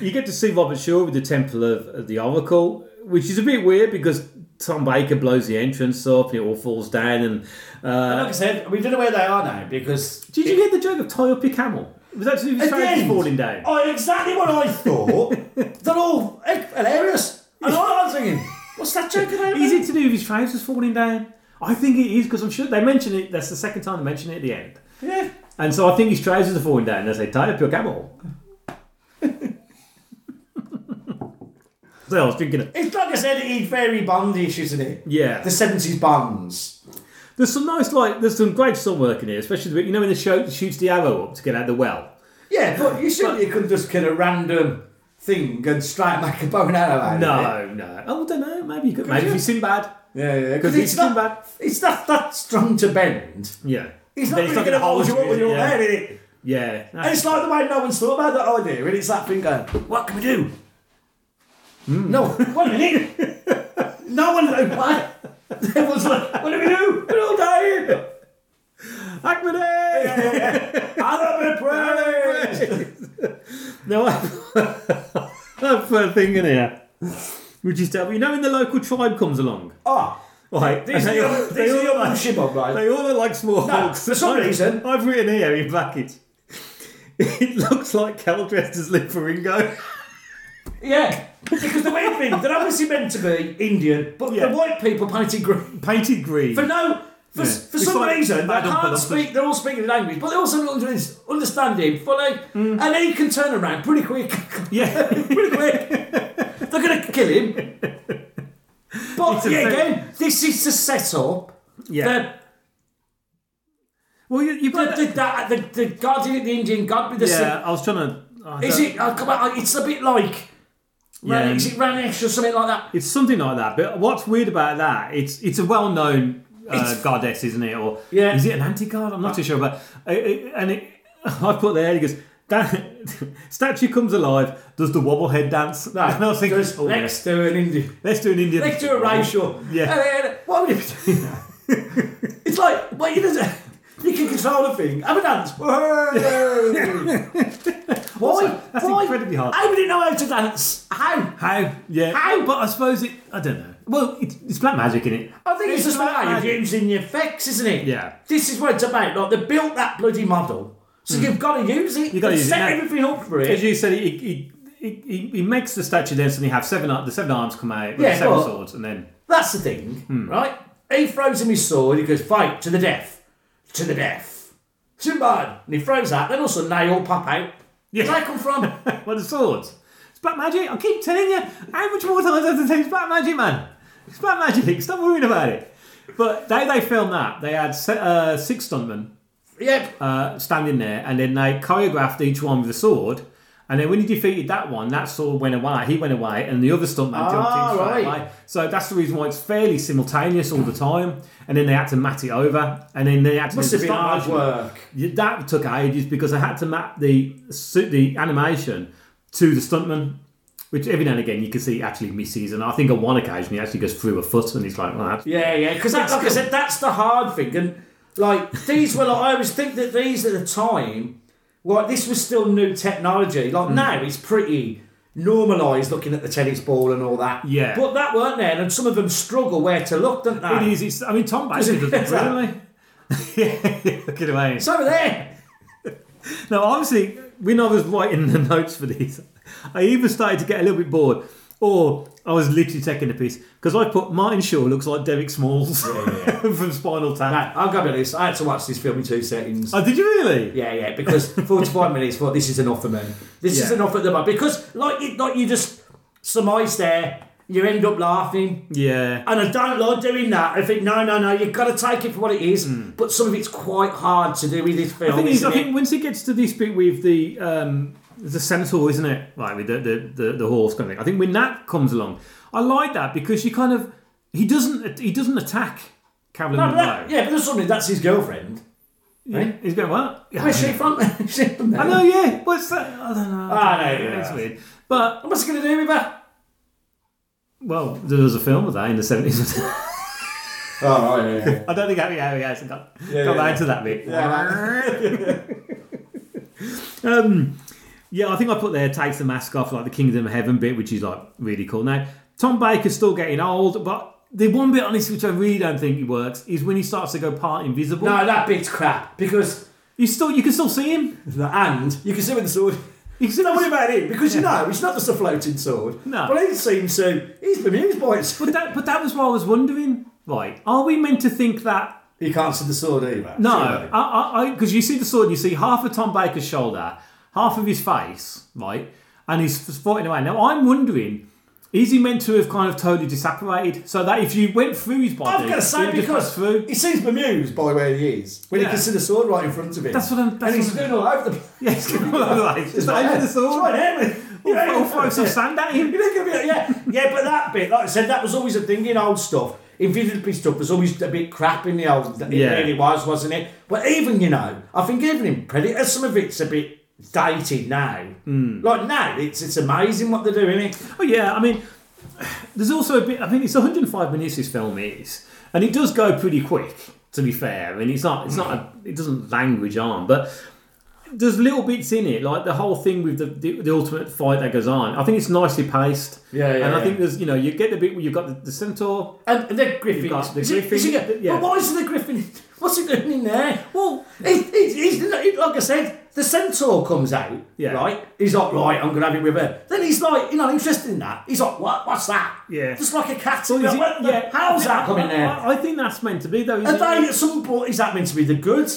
You get to see Robert Shaw with the Temple of of the Oracle, which is a bit weird because Tom Baker blows the entrance up and it all falls down. And uh, Like I said, we don't know where they are now because. did you get the joke of tie up your camel? It was actually his At the trousers end, falling down. Oh, exactly what I thought. They're all eh, hilarious. And I was thinking, what's that joke about? Is then? it to do with his trousers falling down? I think it is because I'm sure they mention it. That's the second time they mention it at the end. Yeah. And so I think his trousers are falling down. And they say, tie up your camel. so I was thinking, of, It's like I said, it's very Bondish, isn't it? yeah. The 70s Bonds. There's some nice, like, there's some great stunt work in here, especially, the, bit- you know, when the show shoots the arrow up to get out of the well. Yeah, but you shouldn't. You couldn't just get a random thing and strike make a bone arrow out of it. No, no. Oh, I don't know. Maybe you could. maybe you? if you Sinbad. Yeah, yeah. Because Because it's, it's not bad. It's not that strong to bend. Yeah. It's not Then really going to hold you up when you're yeah. there, is it? Yeah. And it's like the way no one's thought about that idea, and it's that thing going, what can we do? No, what a minute. no one, what? Everyone's like, what do we do? We're all dying. Hackman! Adam and praise. No, I've put a thing in here. Which is terrible. You know when the local tribe comes along? Oh, Right. these are they, all- your, they these are your all look- mushy bob, right? they all look like small hogs. for some I've- reason- I've written here in brackets. It looks like Cal dressed as Liparingo. Yeah, because the weird thing, they're obviously meant to be Indian, but Yeah. the white people painted green. Painted green. For no, for, Yeah. for It's some like reason, they Adam can't Palumbo. speak, they're all speaking the language, but they also don't under- understand him fully, Mm. and then he can turn around pretty quick. Yeah. pretty quick. They're going to kill him. But, a yeah, very- again, this is the setup. yeah. They're- Well, you, you put But the, that, the, the guardian, the Indian god with the Yeah, I was trying to. I Is don't- it? Oh, come on, it's a bit like. Yeah. Is it Ranesh or something like that? It's something like that. But what's weird about that? It's it's a well known uh, It's- goddess, isn't it? Or Yeah. is it an anti god? I'm not too sure. But I- I- and it, I put there. He goes. That statue comes alive. Does the wobble head dance? No, and I was thinking, Because oh, yeah, next to an Indian. let's do an Indian. Next to a racial. Yeah. And, uh, what would you be doing? it's like, well, you, doesn't, you can control a thing. Have a dance. Why? That's Why? incredibly hard. How would it know how to dance? How? How? Yeah. How? But I suppose it. I don't know. Well, it's, it's black magic in it. I think it's, It's just like like how you're using the effects, isn't it? Yeah. This is what it's about. Like, they built that bloody model. So you've got to Hmm. use it. You've got to They use it set now. everything up for it. As you said, he he, he, he, he makes the statue dance, and you have seven. ar- The seven arms come out with Yeah, the seven but- swords, and then That's the thing, right? He throws him his sword, he goes, fight to the death, to the death. Sinbad! And he throws that, then all of a sudden they all pop out. Yeah. Where they come from? Well, the swords. It's black magic. I keep telling you. How much more times have to say it's black magic, man? It's black magic. Stop worrying about it. But they they filmed that. They had se- uh, six stuntmen yep. uh, standing there, and then they choreographed each one with a sword. And then when he defeated that one, that sword went away. He went away, and the other stuntman jumped Ah, in straight right. away. So that's the reason why it's fairly simultaneous all the time. And then they had to mat it over, and then they had to Must do have the been hard stars. work. Yeah, that took ages because I had to map the su- the animation to the stuntman, which every now and again you can see actually misses, and I think on one occasion he actually goes through a foot, and he's like, well, that's- Yeah, yeah, because like I said, that's the hard thing. And like these were like I always think that these at the time, like this was still new technology. Mm. Like now it's pretty normalised looking at the tennis ball and all that. Yeah. But that weren't there, and some of them struggle where to look, don't it they? is. It's, I mean, Tom Baker does it Is that- brilliantly. yeah, look at him. It's over there. Now, obviously, when I was writing the notes for these, I either started to get a little bit bored, or I was literally taking a piss because I put Martin Shaw looks like Derek Smalls from Spinal Tap. Right, I've got to be honest. I had to watch this film in two settings. Oh, did you really? yeah, yeah, because 45 minutes, well, this is enough for me. This is Yeah. enough at the moment. Because, like, you, like you just surmise there, you end up laughing. Yeah. And I don't like doing that. I think, no, no, no, you've got to take it for what it is. But some of it's quite hard to do with this film. The thing is, Hmm. I isn't it? think once it gets to this bit with the um, the centaur, isn't it? Like with the the, the, the horse kind of thing. I think when that comes along, I like that because you kind of he doesn't he doesn't attack Carolyn No, but Monroe. that- yeah, but there's something, that's his girlfriend. right? He's going what? Where's she from? she from there. I know. Yeah. What's that? I don't know. Ah, no, yeah. That's weird. But What's he going to do with her? well, there was a film of that in the seventies. Oh, right, yeah, yeah. I don't think Harry Harry hasn't got, Yeah, got yeah, round yeah. to that bit. Yeah, um, yeah, I think I put there takes the mask off, like the Kingdom of Heaven bit, which is like really cool. Now, Tom Baker's still getting old, but the one bit on this which I really don't think it works is when he starts to go part invisible. no, that bit's crap because You still you can still see him. and you can see with the sword. You can still Don't worry about it because you know it's not just a floating sword. No. but he seems to he's bemused by it. But that, but that was what I was wondering. Right, are we meant to think that? He can't see the sword either. No, surely. I, because you see the sword, and you see half of Tom Baker's shoulder, half of his face, right, and he's sporting away. Now I'm wondering. Is he meant to have kind of totally disapparated so that if you went through his body, I've got to it say would just because pass through? he seems bemused by where he is when Yeah. he can see the sword right in front of him. That's what I'm- that's and he's what I'm- doing all over the place. Yeah, it's going all over the place. It's It's right over the there. sword. It's right there. We'll, Yeah, we'll yeah. throw some sand at him. You think it'll be- yeah, yeah, but that bit, like I said, that was always a thing in old stuff. Invisibility stuff was always a bit crap in the old. It Yeah. really was, wasn't it? But even you know, I think even in Predator, some of it's a bit dated now. Hmm. Like now, it's it's amazing what they're doing. It. Oh yeah, I mean, there's also a bit. I mean, it's 105 minutes. This film is, and it does go pretty quick. To be fair, and it's not. It's not. A, it doesn't language on, but there's little bits in it, like the whole thing with the, the, the ultimate fight that goes on. I think it's nicely paced. Yeah, yeah, And I yeah. think there's, you know, you get the bit where you've got the, the centaur. And the Griffin, got the is it- is Griffin, it- yeah. But why is the Griffin? What's it doing in there? Well, He's, he's, he's, like I said, the centaur comes out, Yeah. right? He's like, right, I'm going to have it with her. Then he's like, you know, interested in that. He's like, what? What's that? Yeah. Just like a cat. is it- What the- How's that coming there? I, I think that's meant to be though. And isn't it? they, at some point, is that meant to be the good?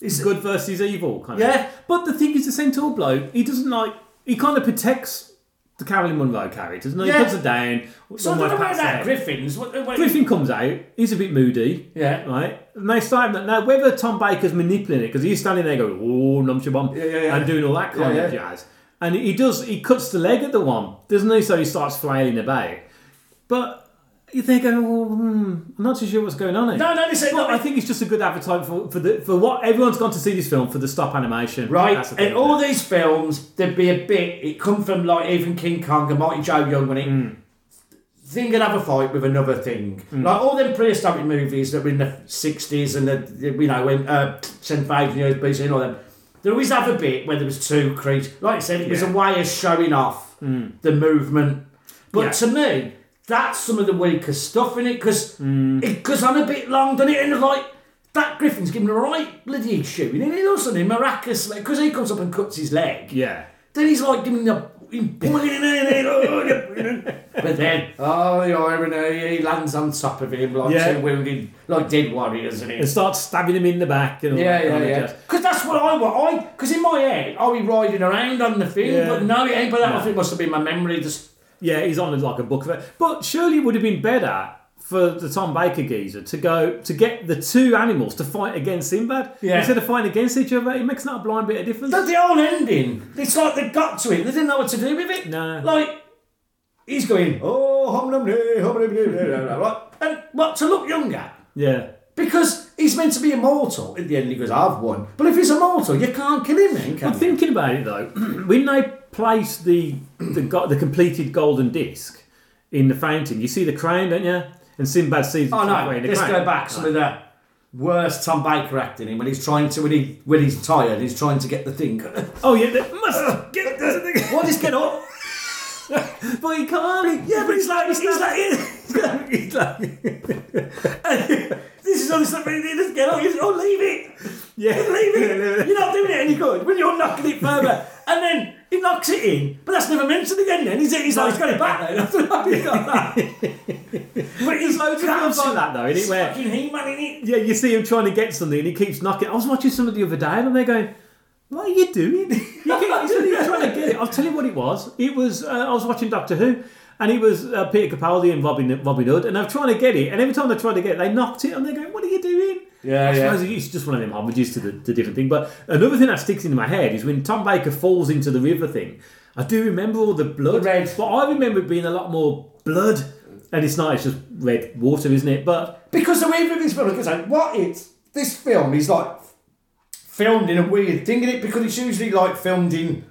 Is good versus evil kind of Yeah. thing. but the thing is the centaur bloke he doesn't like he kind of protects the Carolyn Monroe character doesn't he? Yeah. he puts her down So I almost don't know about pats her that. head. Griffins. What, what, Griffin comes out he's a bit moody Yeah. right and they start that now whether Tom Baker's manipulating it because he's standing there going oh num bum Yeah, yeah, yeah. and doing all that kind Yeah, of yeah. jazz and he does he cuts the leg at the one doesn't he so he starts flailing about but you think, oh, well, hmm, I'm not too sure what's going on here. No, no, listen, But no, I think it's just a good advertisement for, for the for what everyone's gone to see this film for the stop animation. That's Right, the thing. and all these films, there'd be a bit. It come from like even King Kong and Mighty Joe Young when it Hmm. thing would have a fight with another thing. Like all them prehistoric movies that were in the sixties and the- the you know when uh, ten thousand years BC and all them. There always have a bit where there was two creatures. Like I said, it was Yeah. Hmm. a way of showing off the movement. But Yeah. to me, that's some of the weakest stuff in it because Mm. it goes on a bit long, doesn't it? And like that Griffin's given a right bloody shooting, and he does something miraculously because he comes up and cuts his leg. yeah, Then he's like giving the him pulling in there, oh, but then oh, you're in there, he lands on top of him like Yeah. two wounded, like dead warriors, and it. and start stabbing him in the back and all Yeah, that kind of yeah, yeah. jazz. Because that's what I want. I because in my head, I'll be riding around on the thing, Yeah. but no, it ain't. But that No. I think must have been my memory. Just Yeah, he's on like a book of it. But surely it would have been better for the Tom Baker geezer to go to get the two animals to fight against Sinbad Yeah. instead of fighting against each other. It makes not a blind bit of difference. But the old ending, it's like they got to it. They didn't know what to do with it. No. Like, he's going, oh, hum dum dee, hum dum dee, blah, blah, blah, blah." And what, to look younger? yeah, Because he's meant to be immortal. At the end, he goes, I've won. But if he's immortal, you can't kill him then, can But thinking about it though, when they place the the, go- the completed golden disc in the fountain, you see the crown, don't you? And Sinbad sees. Oh, it's no, halfway in the let's crown. go back. Some of the worst Tom Baker acting in when he's trying to, when, he, when he's tired, he's trying to get the thing. Oh yeah, they must get this thing. Why just get up? But he can't. Yeah, but he's like, he's like, He's like, this is honestly, he doesn't get up. He's like, oh, leave it. yeah, Leave it. You're not doing it any good. When you're knocking it further, and then he knocks it in, but that's never mentioned again. Then he's, he's like, he's got it back now. he's got that. but he's loads of films like that though, isn't it? Where fucking He-Man in it. yeah, you see him trying to get something and he keeps knocking. I was watching some of the other day and they're going, "What are you doing? You keep he's really trying to get it." I'll tell you what it was. It was uh, I was watching Doctor Who. And it was uh, Peter Capaldi and Robin Robin Hood, and I'm trying to get it. And every time they tried to get it, they knocked it, and they're going, "What are you doing?" Yeah, I yeah. suppose it's just one of them homages to the, the different thing. But another thing that sticks in my head is when Tom Baker falls into the river thing. I do remember all the blood, The red. but I remember it being a lot more blood, and it's not. It's just red water, isn't it? But Because the way that this film, because like, what it's this film is like filmed in a weird thing in it because it's usually like filmed in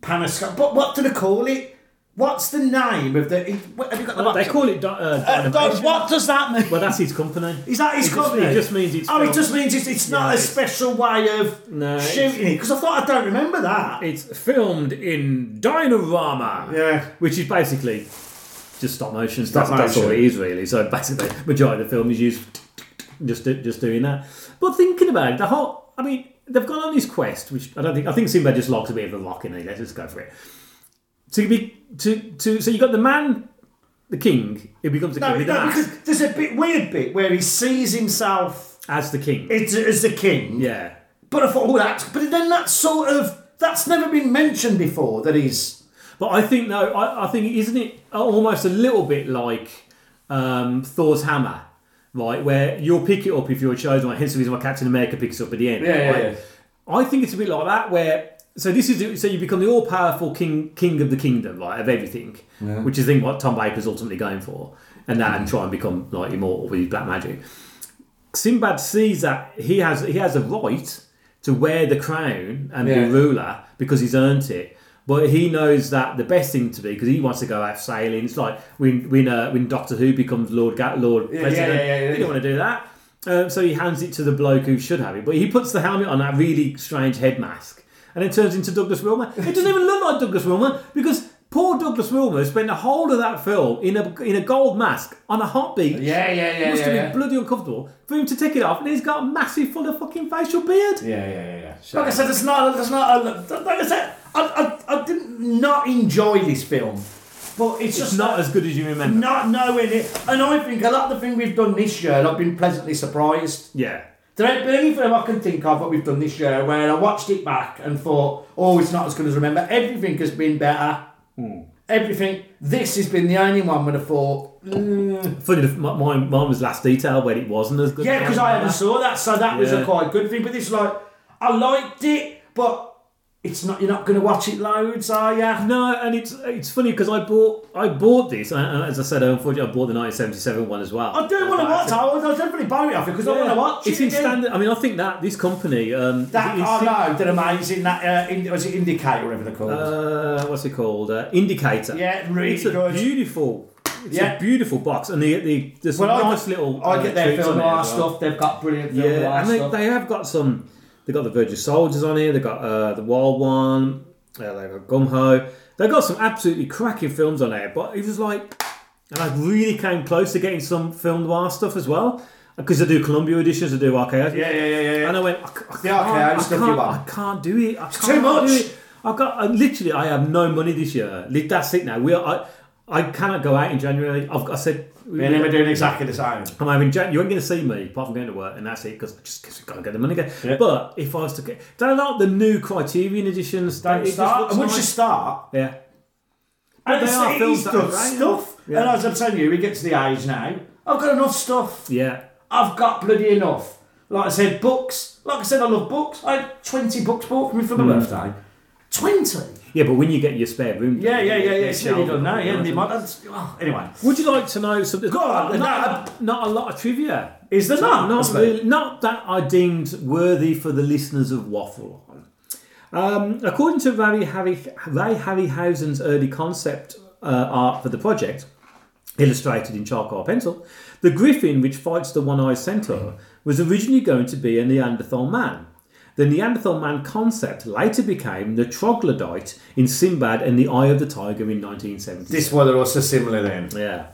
panoscope. But what do they call it? What's the name of the? Have you got the? They box? call it. Di- uh, Uh, Dynamation. what does that mean? Well, that's his company. Is that his It just- company? it just means it's Oh, it filmed. just means it's, it's not a it's- special way of No, it's- shooting it because I thought I don't remember that. It's filmed in Dinorama. Yeah. Which is basically just stop motion. Stop that's, that's all motion. it is, really. So basically, majority of the film is used just do- just doing that. But thinking about it, the whole. I mean, they've gone on this quest, which I don't think. I think Simba just logs a bit of a rock in there. Let's just go for it. To be to to so you got the man, the king, who becomes the no, king with an no, axe because there's a bit weird bit where he sees himself as the king. as, as the king. yeah. But I thought, oh, that's but then that's sort of that's never been mentioned before. That he's But I think no, I, I think isn't it almost a little bit like um, Thor's hammer, right? Where you'll pick it up if you're a chosen one. Hence the reason why Captain America picks it up at the end. yeah, right? yeah. I think it's a bit like that where. So this is so you become the all-powerful king, king of the kingdom, right, of everything, which is I think what Tom Baker's ultimately going for, and that, and try and become like immortal with his black magic. Sinbad sees that he has he has a right to wear the crown and be Yeah. ruler because he's earned it. But he knows that the best thing to be because he wants to go out sailing. It's like when when, uh, when Doctor Who becomes Lord Ga- Lord President. yeah, yeah, He don't want to do that. Um, so he hands it to the bloke who should have it. But he puts the helmet on that really strange head mask and it turns into Douglas Wilmer. It doesn't even look like Douglas Wilmer because poor Douglas Wilmer spent the whole of that film in a in a gold mask on a hot beach. Yeah, yeah, yeah, Must have yeah, been yeah. bloody uncomfortable for him to take it off, and he's got a massive full of fucking facial beard. Yeah, yeah, yeah. Like I said, there's not, there's not, a, like I said, I, I, I didn't not enjoy this film, but It's it's, just not as good as you remember. not knowing it. And I think a lot of the thing we've done this year, and I've been pleasantly surprised. Yeah. There ain't been any film I can think of that we've done this year where I watched it back and thought, oh, it's not as good as I remember. Everything has been better. Hmm. Everything. This has been the only one where I thought, Funny, enough, my- mine, mine was last detail when it wasn't as good. yeah, because I remember. haven't saw that, so that was Yeah. a quite good thing. But it's like, I liked it, but it's not. You're not going to watch it loads, are you? No, and it's it's funny because I bought I bought this, and, and as I said, unfortunately, I bought the 1977 one as well. I do want to watch. it. I will definitely borrow it off because I want to watch It's it. in again. standard. I mean, I think that this company. Um, That, is it in oh Sing- no, they're amazing. That uh, in, was it Indicator, whatever they're called. uh, what's it called? Uh, Indicator. Yeah, really it's a good. beautiful. It's Yeah. a beautiful box, and the the there's some I- nice little. I uh, get their treats on film it noir as well. stuff. They've got brilliant film noir Yeah, and they, stuff. they have got some. They got the Virgin Soldiers on here. They got uh, the Wild One. Uh, they got Gum Ho. They got some absolutely cracking films on there. But it was like, and I really came close to getting some film noir stuff as well because I do Columbia editions. I do RKO. yeah, yeah, yeah, yeah, yeah. And I went, I, c- I The can't, RKO I stuff you can't, want. I can't do it. I too can't much. Do it. I've got I, literally. I have no money this year. Li- That's it now. We are. I, I cannot go out in January. I've, I said. Me and him are doing exactly the same. I'm having Jan- you ain't going to see me apart from going to work, and that's it because I just cause got to get the money again. But if I was to get, don't like the new Criterion editions. it Don't just start. looks And once nice. you start, yeah, and they are it's- films he's that done are great, stuff. yeah. And as I'm telling you, we get to the age now. I've got enough stuff. yeah, I've got bloody enough. Like I said, books. Like I said, I love books. I had 20 books bought for me for my birthday. 20? yeah. But when you get your spare room, Yeah, yeah, yeah, yeah. get It's shelved really done now. and Yeah, they everything. might- that's- oh, anyway. Would you like to know something? Go on, not, not a lot of trivia. Is there not? Not Is there? really, not that I deemed worthy for the listeners of Waffle On. Um, according to Ray, Harry, Ray Harryhausen's early concept uh, art for the project, illustrated in charcoal pencil, the griffin which fights the one-eyed centaur was originally going to be a Neanderthal man. The Neanderthal man concept later became the troglodyte in Sinbad and the Eye of the Tiger in 1970. This one are also similar then. Yeah.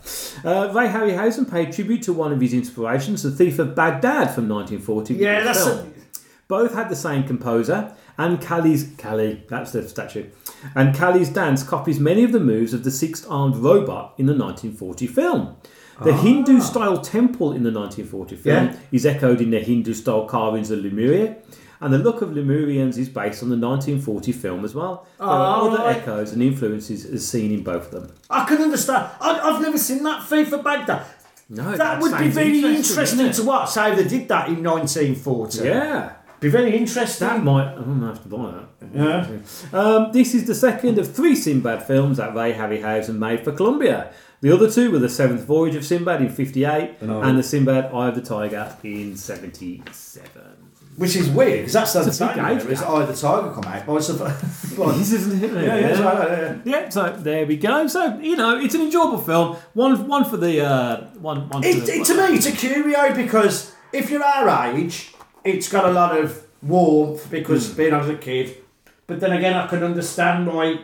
Uh, Ray Harryhausen paid tribute to one of his inspirations, The Thief of Baghdad from 1940. with Yeah, the that's a- film. Both had the same composer, and Cali's. Cali, that's the statue. And Cali's dance copies many of the moves of the six armed robot in the 1940 film. The Hindu style temple in the 1940 film Ah. Yeah. is echoed in the Hindu style carvings of Lemuria. And the look of Lemurians is based on the 1940 film as well. There are Oh, other right. echoes and influences as seen in both of them. I can understand. I, I've never seen that FIFA Baghdad. No, That, would be sounds very interesting, isn't to watch how they did that in 1940. it? Yeah, Be very interesting. that might. I'm gonna have to buy that. Yeah. Um, this is the second of three Sinbad films that Ray Harryhausen made for Columbia. The other two were the Seventh Voyage of Sinbad in '58 and the Sinbad Eye of the Tiger in '77. Which is weird because that's the It's a big time. age Is gap. either tiger come out by surprise? This isn't it. yeah, yeah, yeah, yeah. Yeah, so there we go. So you know, it's an enjoyable film. One, one for the uh, one, one. For It, the, it, to me, it's a curio because if you're our age, it's got a lot of warmth because being as a kid. But then again, I can understand why.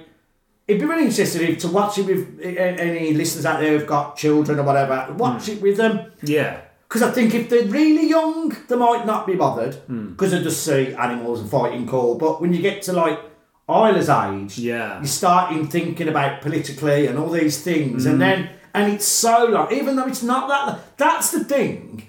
It'd be really interesting if to watch it with a- a- any listeners out there who've got children or whatever. Watch it with them yeah, because I think if they're really young, they might not be bothered Hmm. because they just see animals and fighting cool. But when you get to like Isla's age, Yeah. you're starting thinking about politically and all these things, Hmm. and then and it's so long. Even though it's not that, long, that's the thing.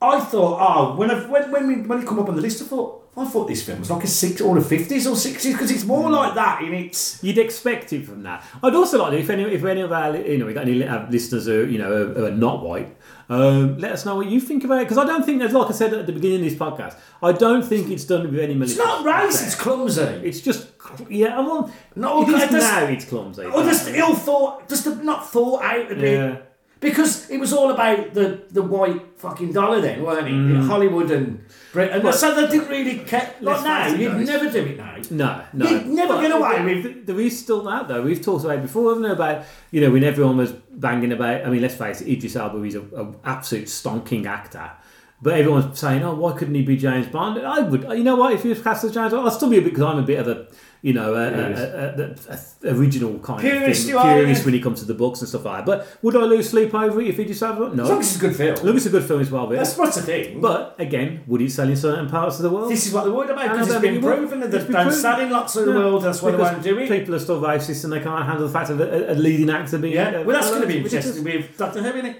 I thought, oh, when I, when when we, when it come up on the list, I thought. I thought this film was like a six or the fifties or sixties because it's Hmm. more like that in its. you'd expect it from that. I'd also like to, if any, if any of our, li- you know, we got any li- uh, listeners who, you know, are- who are not white, um, let us know what you think about it because I don't think there's, like I said at the beginning of this podcast, I don't think it's done with any malicious. It's not race. intent. It's clumsy. It's just cl- yeah. Well, No, it is I just- now it's clumsy. Or just ill thought, just not thought out a bit. yeah. Because it was all about the, the white fucking dollar then, weren't it? Hollywood and Britain. so they didn't really care. Like Let's now, face it, you'd though, it's- never do it now. No, no. You'd never But get away with- th- There is still that though. We've talked about it before, haven't we? About you know when everyone was banging about. I mean, let's face it, Idris Elba is an absolute stonking actor. But everyone's saying, "Oh, why couldn't he be James Bond?" And I would, you know what? If he was cast as James Bond, I'd still be a bit because I'm a bit of a, you know, a, a, a, a, a original kind Purist of you thing, are, curious yeah. when it comes to the books and stuff like that. But would I lose sleep over it if Idris Elba? No. As long as it's a good film. Look, it's a good film as well. Really. That's what's the thing. But again, would it sell in certain parts of the world? this is what they're worried about I because know, it's but been it would- proven that it's they've been done proven. sad in lots of the Yeah. world, that's why they Because won't do it. People are still racist and they can't handle the fact of a, a leading actor being. yeah, uh, well, that's uh, going to be ridiculous. interesting with Doctor Who, isn't it?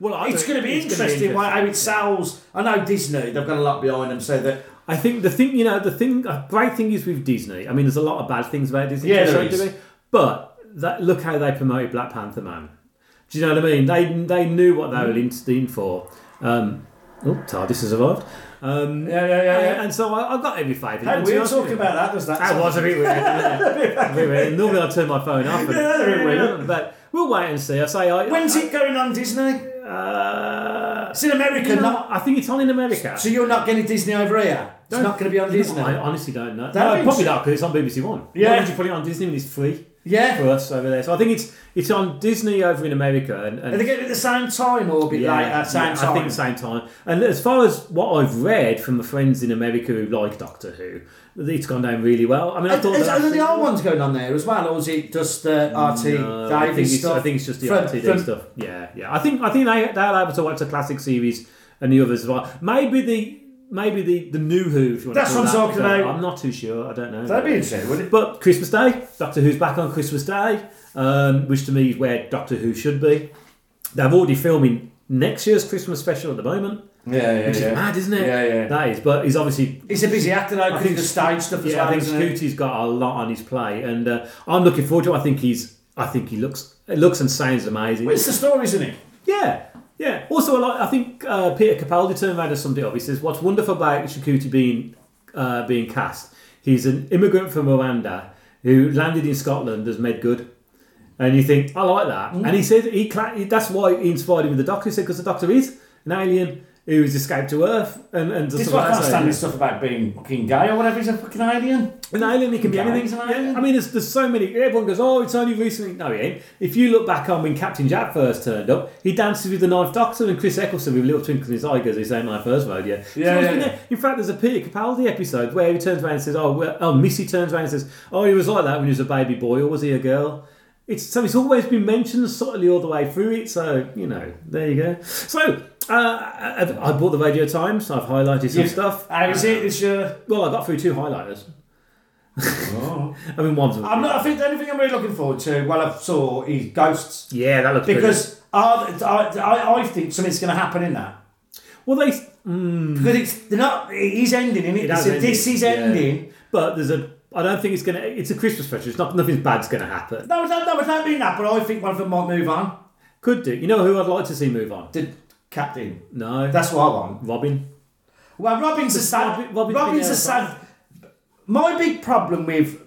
Well, I It's think going to be it's interesting, gonna why- how it sells. I know Disney, they've got a lot behind them, so that I think the thing, you know, the thing, a great thing is with Disney. I mean, there's a lot of bad things about Disney. Yeah, to a there certain is. degree, But that, look how they promoted Black Panther Man. Do you know what I mean? They they knew what they were in, Mm. in for. Um, oh, TARDIS has arrived. Um, Yeah, yeah, yeah, yeah. And, and so I, I've got every faith. in Hey, them, to we be were honest with talking you. about that, was that? That was a bit weird. wasn't it? A bit weird. Normally I turn my phone off. and- Yeah, very weird. But we'll wait and see. I say, I, When's I, it going on, Disney? Uh, It's in America, you know, not. I think it's on in America. So you're not getting Disney over here? It's not going to be on Disney? I honestly don't know. That'd No, be probably interesting. not because it's on BBC One. Yeah. Why would you put it on Disney when it's free Yeah. for us over there? So I think it's it's on Disney over in America and. and Are they getting it at the same time or a bit later? uh, Same yeah, time. I think same time. And as far as what I've read from the friends in America who like Doctor Who, it's gone down really well. I mean, I Is, thought is, that- are there the old ones going on there as well, or is it just the RT No, Davies Uh, I think it's- stuff? I think it's just the From- RTD from- stuff. Yeah, yeah. I think I think they they're able to watch the classic series and the others as well. Maybe the maybe the the new Who. If you want That's to call what I'm that, talking but about. I'm not too sure. I don't know. That'd be interesting, wouldn't it? But Christmas Day, Doctor Who's back on Christmas Day, um, which to me is where Doctor Who should be. They're already filming next year's Christmas special at the moment, Yeah, yeah, which is mad, isn't it? Yeah, yeah. That is, but he's obviously He's a busy actor now because of the stage stuff as yeah, well, I think isn't it? Scooty's got a lot on his plate, and uh, I'm looking forward to. it. I think he's, I think he looks, looks and sounds amazing. But it's the story, isn't it? Yeah, yeah. Also, I like, I think uh, Peter Capaldi turned around and summed it up. He says, "What's wonderful about Shakuti being uh, being cast? He's an immigrant from Rwanda who landed in Scotland as made good." And you think, "I like that." Mm. And he said, "He cla- that's why he inspired him with the Doctor." He said, "Because the Doctor is an alien." who has escaped to Earth and and This just is why I can't so- stand this stuff about being fucking gay or whatever. He's a fucking alien. an alien, it can be Yeah, anything. he's an Yeah. alien. I mean, there's, there's so many. Everyone goes, oh, it's only recently. No, he ain't. If you look back on when Captain Jack first turned up, he dances with the Knife Doctor and Chris Eccleston with a little twinkle in his eye goes, this ain't my first rodeo. Yeah, Yeah, yeah, yeah. In fact, there's a Peter Capaldi episode where he turns around and says, oh, well, oh, Missy turns around and says, oh, he was like that when he was a baby boy, or was he a girl? It's, so it's always been mentioned subtly all the way through it. So, you know, there you go. So, uh, I, I bought the Radio Times. I've highlighted some stuff. How is it uh, this year? Well, I got through two highlighters. Oh. I mean, one's. I'm not, I think the only thing I'm really looking forward to, well, I saw, is Ghosts. Yeah, that looks Because I, I, I- I think something's going to happen in that. brilliant. well, they. Because it's they're not. He's ending, isn't it? has It's a- this ended, is yeah. ending. But there's a. I don't think it's gonna. It's a Christmas special. It's not. Nothing bad's gonna happen. No, no, no, I don't mean that. But I think one of them might move on. Could do. You know who I'd like to see move on? The captain. No. That's what I want. Robin. Well, Robin's a sad. Robin- Robin's Robin's been a sad. My big problem with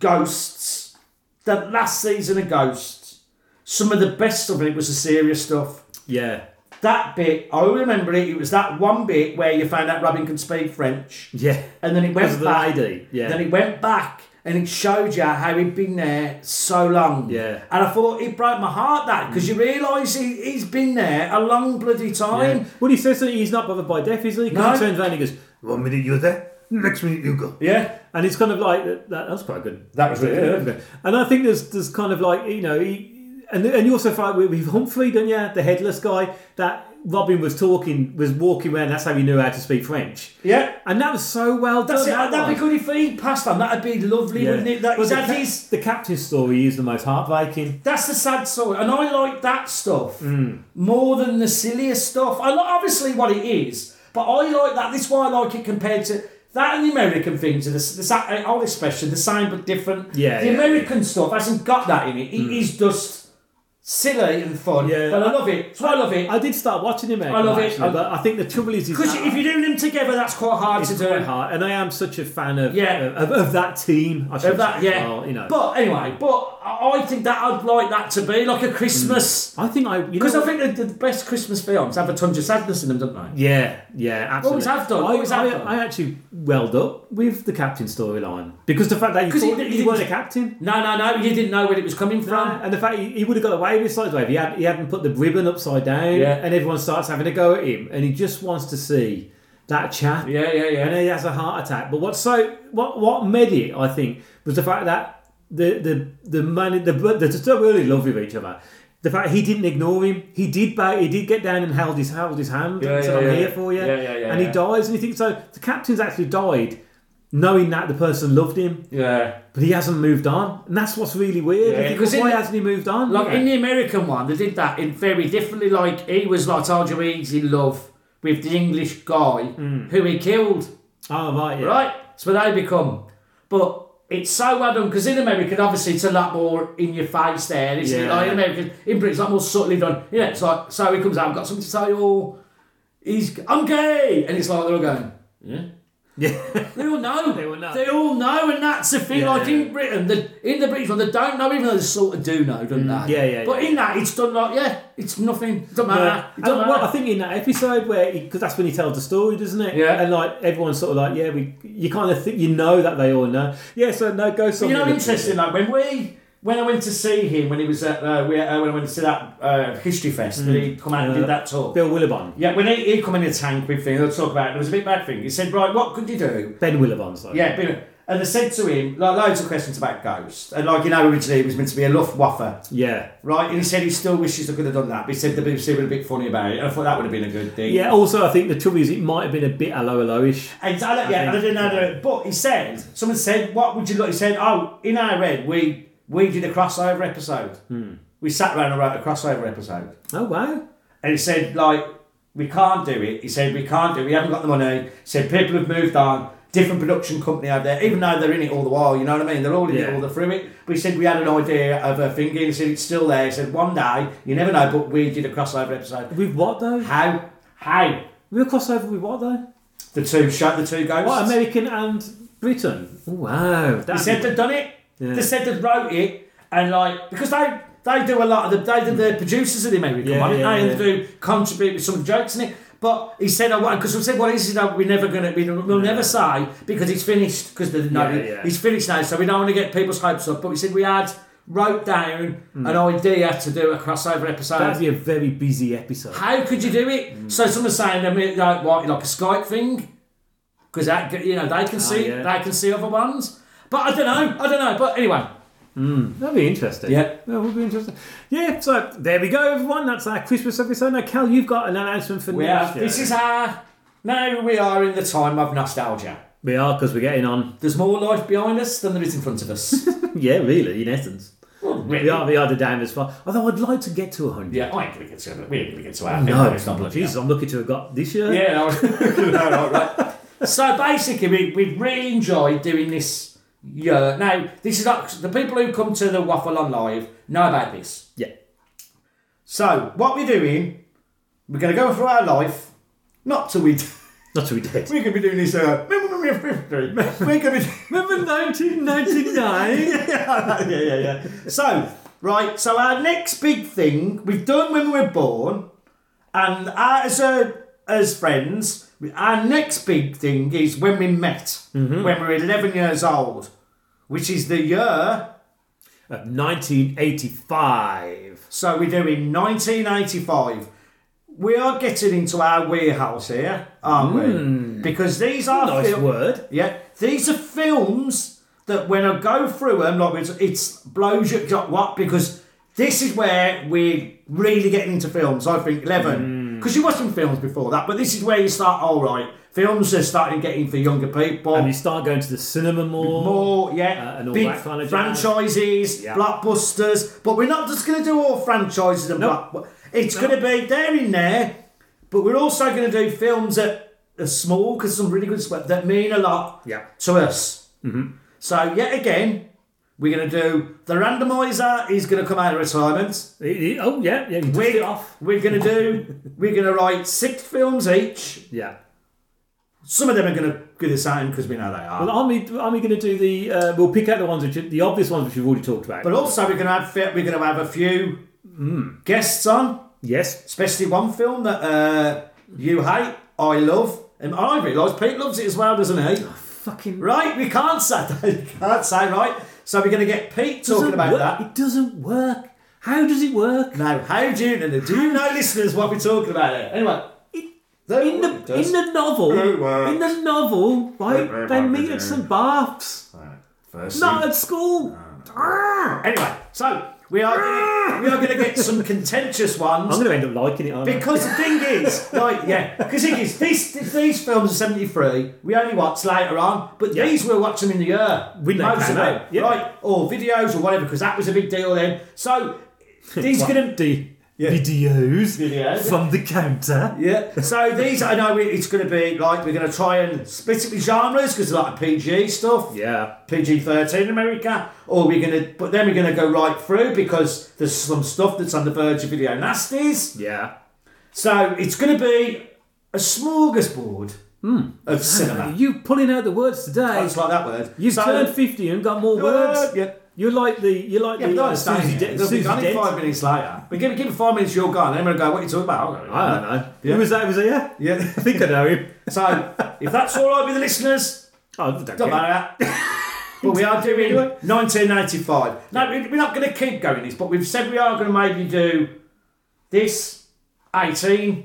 ghosts. The last season of Ghosts. Some of the best of it was the serious stuff. Yeah. that bit, I remember it. It was that one bit where you found out Robin can speak French. Yeah. And then it went Because of the back. lady, yeah. Then it went back and it showed you how he'd been there so long. Yeah. And I thought it broke my heart that because you realise he, he's been there a long bloody time. Yeah. Well, he says that he's not bothered by death, is he? Because he No. turns around and he goes, One minute you're there, next minute you go. Yeah. and it's kind of like that. that was quite good. That was really good. And I think there's there's kind of like you know, he, and and you also find with, with Humphrey, don't you? The headless guy that Robin was talking was walking around. That's how he knew how to speak French. Yeah. And that was so well That's done. that it. That'd be one. good if he passed on. That'd be lovely, Yeah. wouldn't it? That, But the, that cap- is- the captain's story is the most heartbreaking. That's the sad story, and I like that stuff Mm. more than the silliest stuff. I like obviously what it is, but I like that. This is why I like it compared to that and the American things. The, the, sa- uh, all especially the same but different. Yeah, the yeah, Mm. American stuff hasn't got that in it. It is just silly and fun. Yeah. but I love it. So I love it I did start watching him. I love it. actually, But I think the trouble is, is because that- if you do them together, that's quite hard it's to do. quite hard, and I am such a fan of Yeah. of, of that team. I should Of that, say. yeah. Well, you know. But anyway, but I I think that I'd like that to be like a Christmas. I think I you know Because I what? think the, the best Christmas films have a ton of sadness in them, don't they? Yeah, yeah, absolutely. Always have done, I, always have I, done. I actually welled up with the captain storyline because the fact that you 'Cause he thought did- he, he was a didn't- captain. um, No, no, no. You didn't know where it was coming from. And the fact he, he would have got away with sidewave. He, had, he hadn't put the ribbon upside down, Yeah. and everyone starts having a go at him, and he just wants to see that chap. Yeah, yeah, yeah. And he has a heart attack. But what's so what what made it, I think, was the fact that the the the man the the two really love with each other. The fact he didn't ignore him, he did bow, he did get down and held his held his hand Yeah, and said, yeah, "I'm yeah. here for you." Yeah, yeah, yeah, and he yeah. dies, and you think so. The captain's actually died, knowing that the person loved him, yeah. but he hasn't moved on, and that's what's really weird. Yeah, You think, 'cause in why the- hasn't he moved on? Like Yeah. in the American one, they did that in very differently. Like he was like, "I told you he's in love with the English guy who he killed." oh right, yeah. Right? So they become. But it's so well done because in America, obviously, it's a lot more in your face there, isn't it? Yeah. Like in America, in Britain, it's a lot more subtly done. You know, it's like, so he comes out, I've got something to tell you all. He's, I'm gay. And it's like, they're all going, Yeah. they all know. They all know. They all know, and that's the thing. Yeah, like yeah. in Britain, the, in the British one, they don't know, even though they sort of do know, don't they? Mm. yeah, yeah, But yeah. in that, it's done like, yeah, it's nothing. It doesn't matter. Yeah. It And, doesn't well, I matter. think in that episode where because that's when he tells the story, doesn't it? Yeah. And like everyone's sort of like, yeah, we you kind of think you know that they all know. Yeah. So no, go somewhere. You know, with interesting. it. Like when we, when I went to see him, when he was at, uh, we, uh, when I went to see that uh, history fest, and he come out and Uh, did that talk. Bill Willibon, Yeah, when he, he come in a tank with thing, they'll talk about. It. There was a big bad thing. He said, right, what could you do? Ben Willibon, sorry. Yeah, big- and they said to him like loads of questions about Ghost, and like you know, originally he was meant to be a Luftwaffe, Yeah. right? And he said he still wishes they could have done that. But he said the BBC were a bit funny about it, and I thought that would have been a good thing. Yeah. Also, I think the trouble is it might have been a bit hello hello-ish. And so I don't, yeah, and I didn't know. that- But he said, someone said, "What would you like?" He said, "Oh, in our red, we we did a crossover episode. We sat around and wrote a crossover episode." Oh wow. And he said, "Like we can't do it." He said, "We can't do it. We haven't got the money." He said, "People have moved on. Different production company out there, even though they're in it all the while. You know what I mean? They're all in Yeah. it all the through it." But he said, "We had an idea of a thing." He said, "It's still there." He said, "One day, you never know, but we did a crossover episode. With what though? How? How?" We were crossover with what though? The two shut the two ghosts. What American and Britain? Oh, wow. They That's said they'd done it. Yeah. They said they'd wrote it, and like because they they do a lot of the they do the producers of the American Yeah, one, yeah, and yeah. they do contribute with some jokes in it. But he said, "I want," because we said, "What is it that we're never gonna we, we'll never say because it's finished because they know Yeah, yeah. it's finished now, so we don't want to get people's hopes up." But we said we had wrote down Hmm. an idea to do a crossover episode. that'd be a very busy episode. How could you do it? Mm. So someone's saying, I mean, like what, like a Skype thing, because that you know they can see Ah, yeah. they can see other ones. But I don't know, I don't know. But anyway, That'd be interesting. Yeah. That would be interesting. Yeah, so there we go, everyone. That's our Christmas episode. Now, Cal, you've got an announcement for we next are, year. this is our now we are in the time of nostalgia. We are, because we're getting on. There's more life behind us than there is in front of us. Yeah, really, in essence. really? We are, we are the damned as far. Although I'd like to get to 100. Yeah, I ain't gonna get to it. We ain't gonna get to our No, it's not bloody. Jesus, I'm lucky to have got this year. Yeah, no, no, right, right. So basically, we, we've really enjoyed doing this year. Now, this is not, the people who come to the Waffle on Live know about this. Yeah. So, what we're doing, we're going to go through our life, not till we. That's what we did. We're going to be doing this. Uh, remember when we were 50? We're going to be. Remember 1999? yeah, yeah, yeah. So, right, so our next big thing we've done when we were born, And as a, as friends, our next big thing is when we met, when we were 11 years old, which is the year. Of 1985. So we're doing 1985. We are getting into our warehouse here, aren't we? Because these are Hmm. Nice fil- word. Yeah, these are films that when I go through them, like it's, it's blows your jo- what because this is where we're really getting into films. I think Hmm. eleven because you watched some films before that, but this is where you start. All right, films are starting getting for younger people. And you start going to the cinema more. more, yeah, Uh, and all big that kind of jazz. franchises, Yeah. blockbusters. But we're not just going to do all franchises and Nope. block. It's going to be there in there, but we're also going to do films that are small because some really good sweat that mean a lot Yeah. Mm-hmm. to us. So yet again, we're going to do the randomizer is going to come out of retirement. It- it- oh, yeah, yeah, you dust it We're, off. we're going to do. We're going to write six films each. Yeah. Some of them are going to be the same because we know they are. Well, aren't we, aren't we going to do the. Uh, we'll pick out the ones which are, the obvious ones which we've already talked about. But also we're going to have we're going to have a few guests on, yes. especially one film that uh, you hate, I love, and I realise Pete loves it as well, doesn't he? Fucking. Right, we can't say that. can't say right. So we're going to get Pete doesn't talking about work. that. It doesn't work. How does it work? Now, how do you and do you know, listeners, what we're talking about here? Anyway, In the in the novel, It works. in the novel, right? works. They meet at some baths, First not at school. Ah. anyway, so we are gonna, we are going to get some contentious ones. I'm going to end up liking it. Aren't I? Because the thing is, like, yeah, because thing is, these, these films are 73, we only watched later on, but these we'll watch them in the year. When they most came of them, out, yeah. right? Or videos or whatever, because that was a big deal then. So, these What? gonna. the videos, Videos. from the counter. Yeah, so these, I know we- it's going to be like, we're going to try and split it with genres, because a lot of PG stuff. Yeah. PG thirteen America, or we're gonna, but then we're gonna go right through because there's some stuff that's on the verge of video nasties. Yeah. So it's going to be a smorgasbord Hmm. of cinema. You pulling out the words today. It's like that word. You've So- turned fifty and got more Uh, words. yeah. You like the you like Yeah, the but uh, I understand. Susie, it. De- They'll be Susie gone in Dent. five minutes later. But give it, give it five minutes, you're gone. Then we'll go, what are you talking about? I don't know. Yeah. Uh, Who was that? Was it? Yeah. Yeah. I think I know him. so if that's all right with the listeners, Oh, don't care. don't matter. but we are doing Anyway. 1995. No, we- we're not going to keep going this, but we've said we are going to maybe do this 18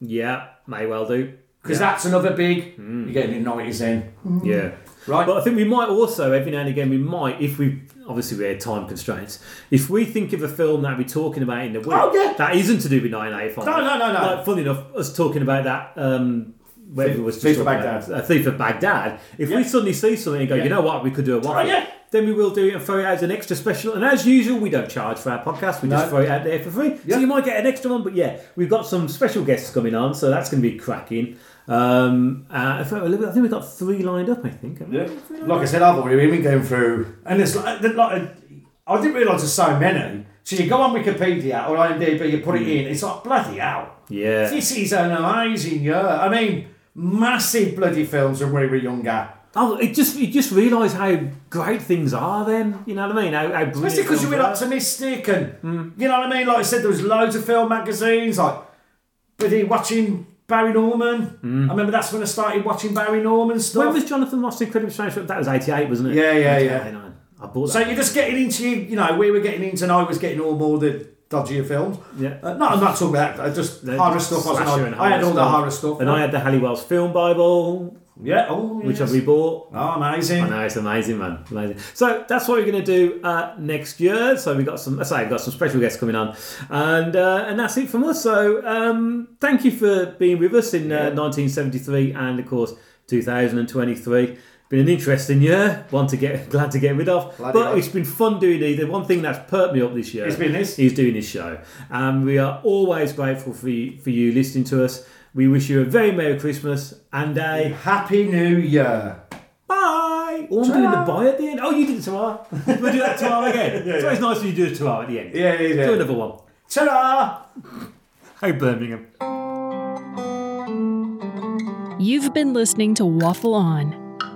Yeah, may well do. because that's another big. Hmm. You're getting in 90s then, Yeah. right? Mm. But I think we might also, every now and again, we might, if we obviously we had time constraints, if we think of a film that we're talking about in the week, Oh, yeah. that isn't to do with 1985. No, no, no, no. Like, funny enough, us talking about that, um, whether it was just Thief of talking Baghdad. About, uh, Thief of Baghdad, if we suddenly see something and go, you know what, we could do a waffle, yeah. then we will do it and throw it out as an extra special. And as usual, we don't charge for our podcast, we just throw it out there for free. So you might get an extra one, but yeah, we've got some special guests coming on, so that's going to be cracking. Um, uh, I think I think we've got three lined up, I think. haven't we? Like I said, I've already been going through, and it's like, the- like I didn't realise there's so many. So you go on Wikipedia or IMDb, you put it in, it's like bloody hell. Hmm. Yeah. This is an amazing year. I mean, massive bloody films when we were younger. Oh, it just you just realise how great things are. Then you know what I mean. How, how brilliant Especially because you films Hmm. were are. optimistic and you know what I mean. Like I said, there was loads of film magazines. Like, bloody watching Barry Norman. I remember that's when I started watching Barry Norman stuff. Hmm. When was Jonathan Ross Incredible Strange? That was eighty eight, wasn't it? Yeah, yeah, yeah. 89. I bought that. So you're just getting into, you know, we were getting into, and I was getting all more the dodgier films. Yeah. Uh, no, I'm not talking about that. I just The horror stuff. Wasn't slasher I? and I had all the stuff. horror stuff. and I had the Halliwell's Film Bible, yeah. Oh, which I yes. rebought. Oh, amazing. I know it's amazing, man. Amazing. So that's what we're going to do uh, next year. So we got some, I say, we've got some special guests coming on, and uh, and that's it from us. So um, thank you for being with us in uh, 1973 and of course 2023. Been an interesting year, one to get glad to get rid of, but hell. it's been fun doing it. The one thing that's perked me up this year It's been this. is doing this show, and we are always grateful for you, for you listening to us. We wish you a very merry Christmas and a Happy New Year. Bye. Oh, I'm doing the bye at the end. Oh, you did it tomorrow. We'll do that tomorrow again. It's always nice when you do it tomorrow at the end. Yeah, yeah, yeah. Do another one. Ta-da! Hey, Birmingham. You've been listening to Waffle On.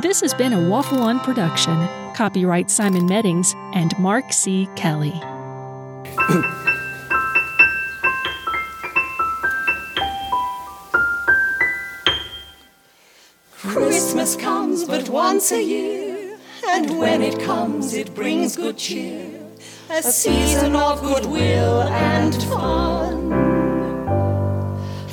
This has been a Waffle On production. Copyright Simon Meddings and Mark C. Kelly. Christmas comes but once a year, and when it comes, it brings good cheer. A season of goodwill and fun.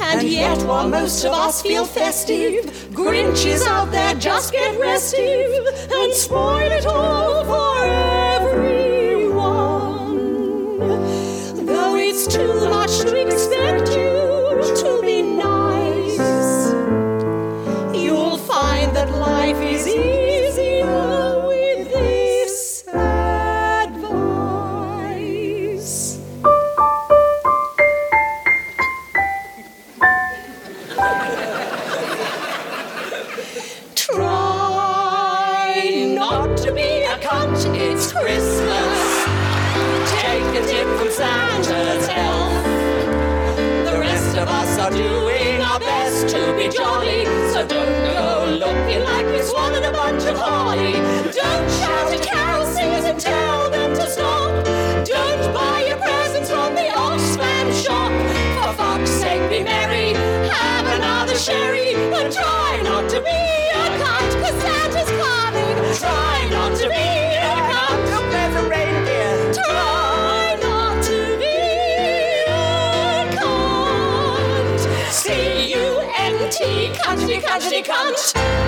And yet, while most of us feel festive, Grinches out there just get restive and spoil it all for everyone. Though it's too much to expect you to be nice. You'll find that life is easier with this advice. Try not to be a cunt, it's Christmas. Take a tip from Santa's help. The rest of us are doing our best to be jolly, so don't go looking like we swallowed a bunch of holly. Don't shout at carol singers and tell them to stop. Don't buy your presents from the Oxfam shop. For fuck's sake, be merry, have another sherry, and try not to be a cunt, cause Santa's coming. Try not to be a cunt. Don't play for reindeer. Try not to be a cunt. C-U-N-T, cunty, cunty, cunt.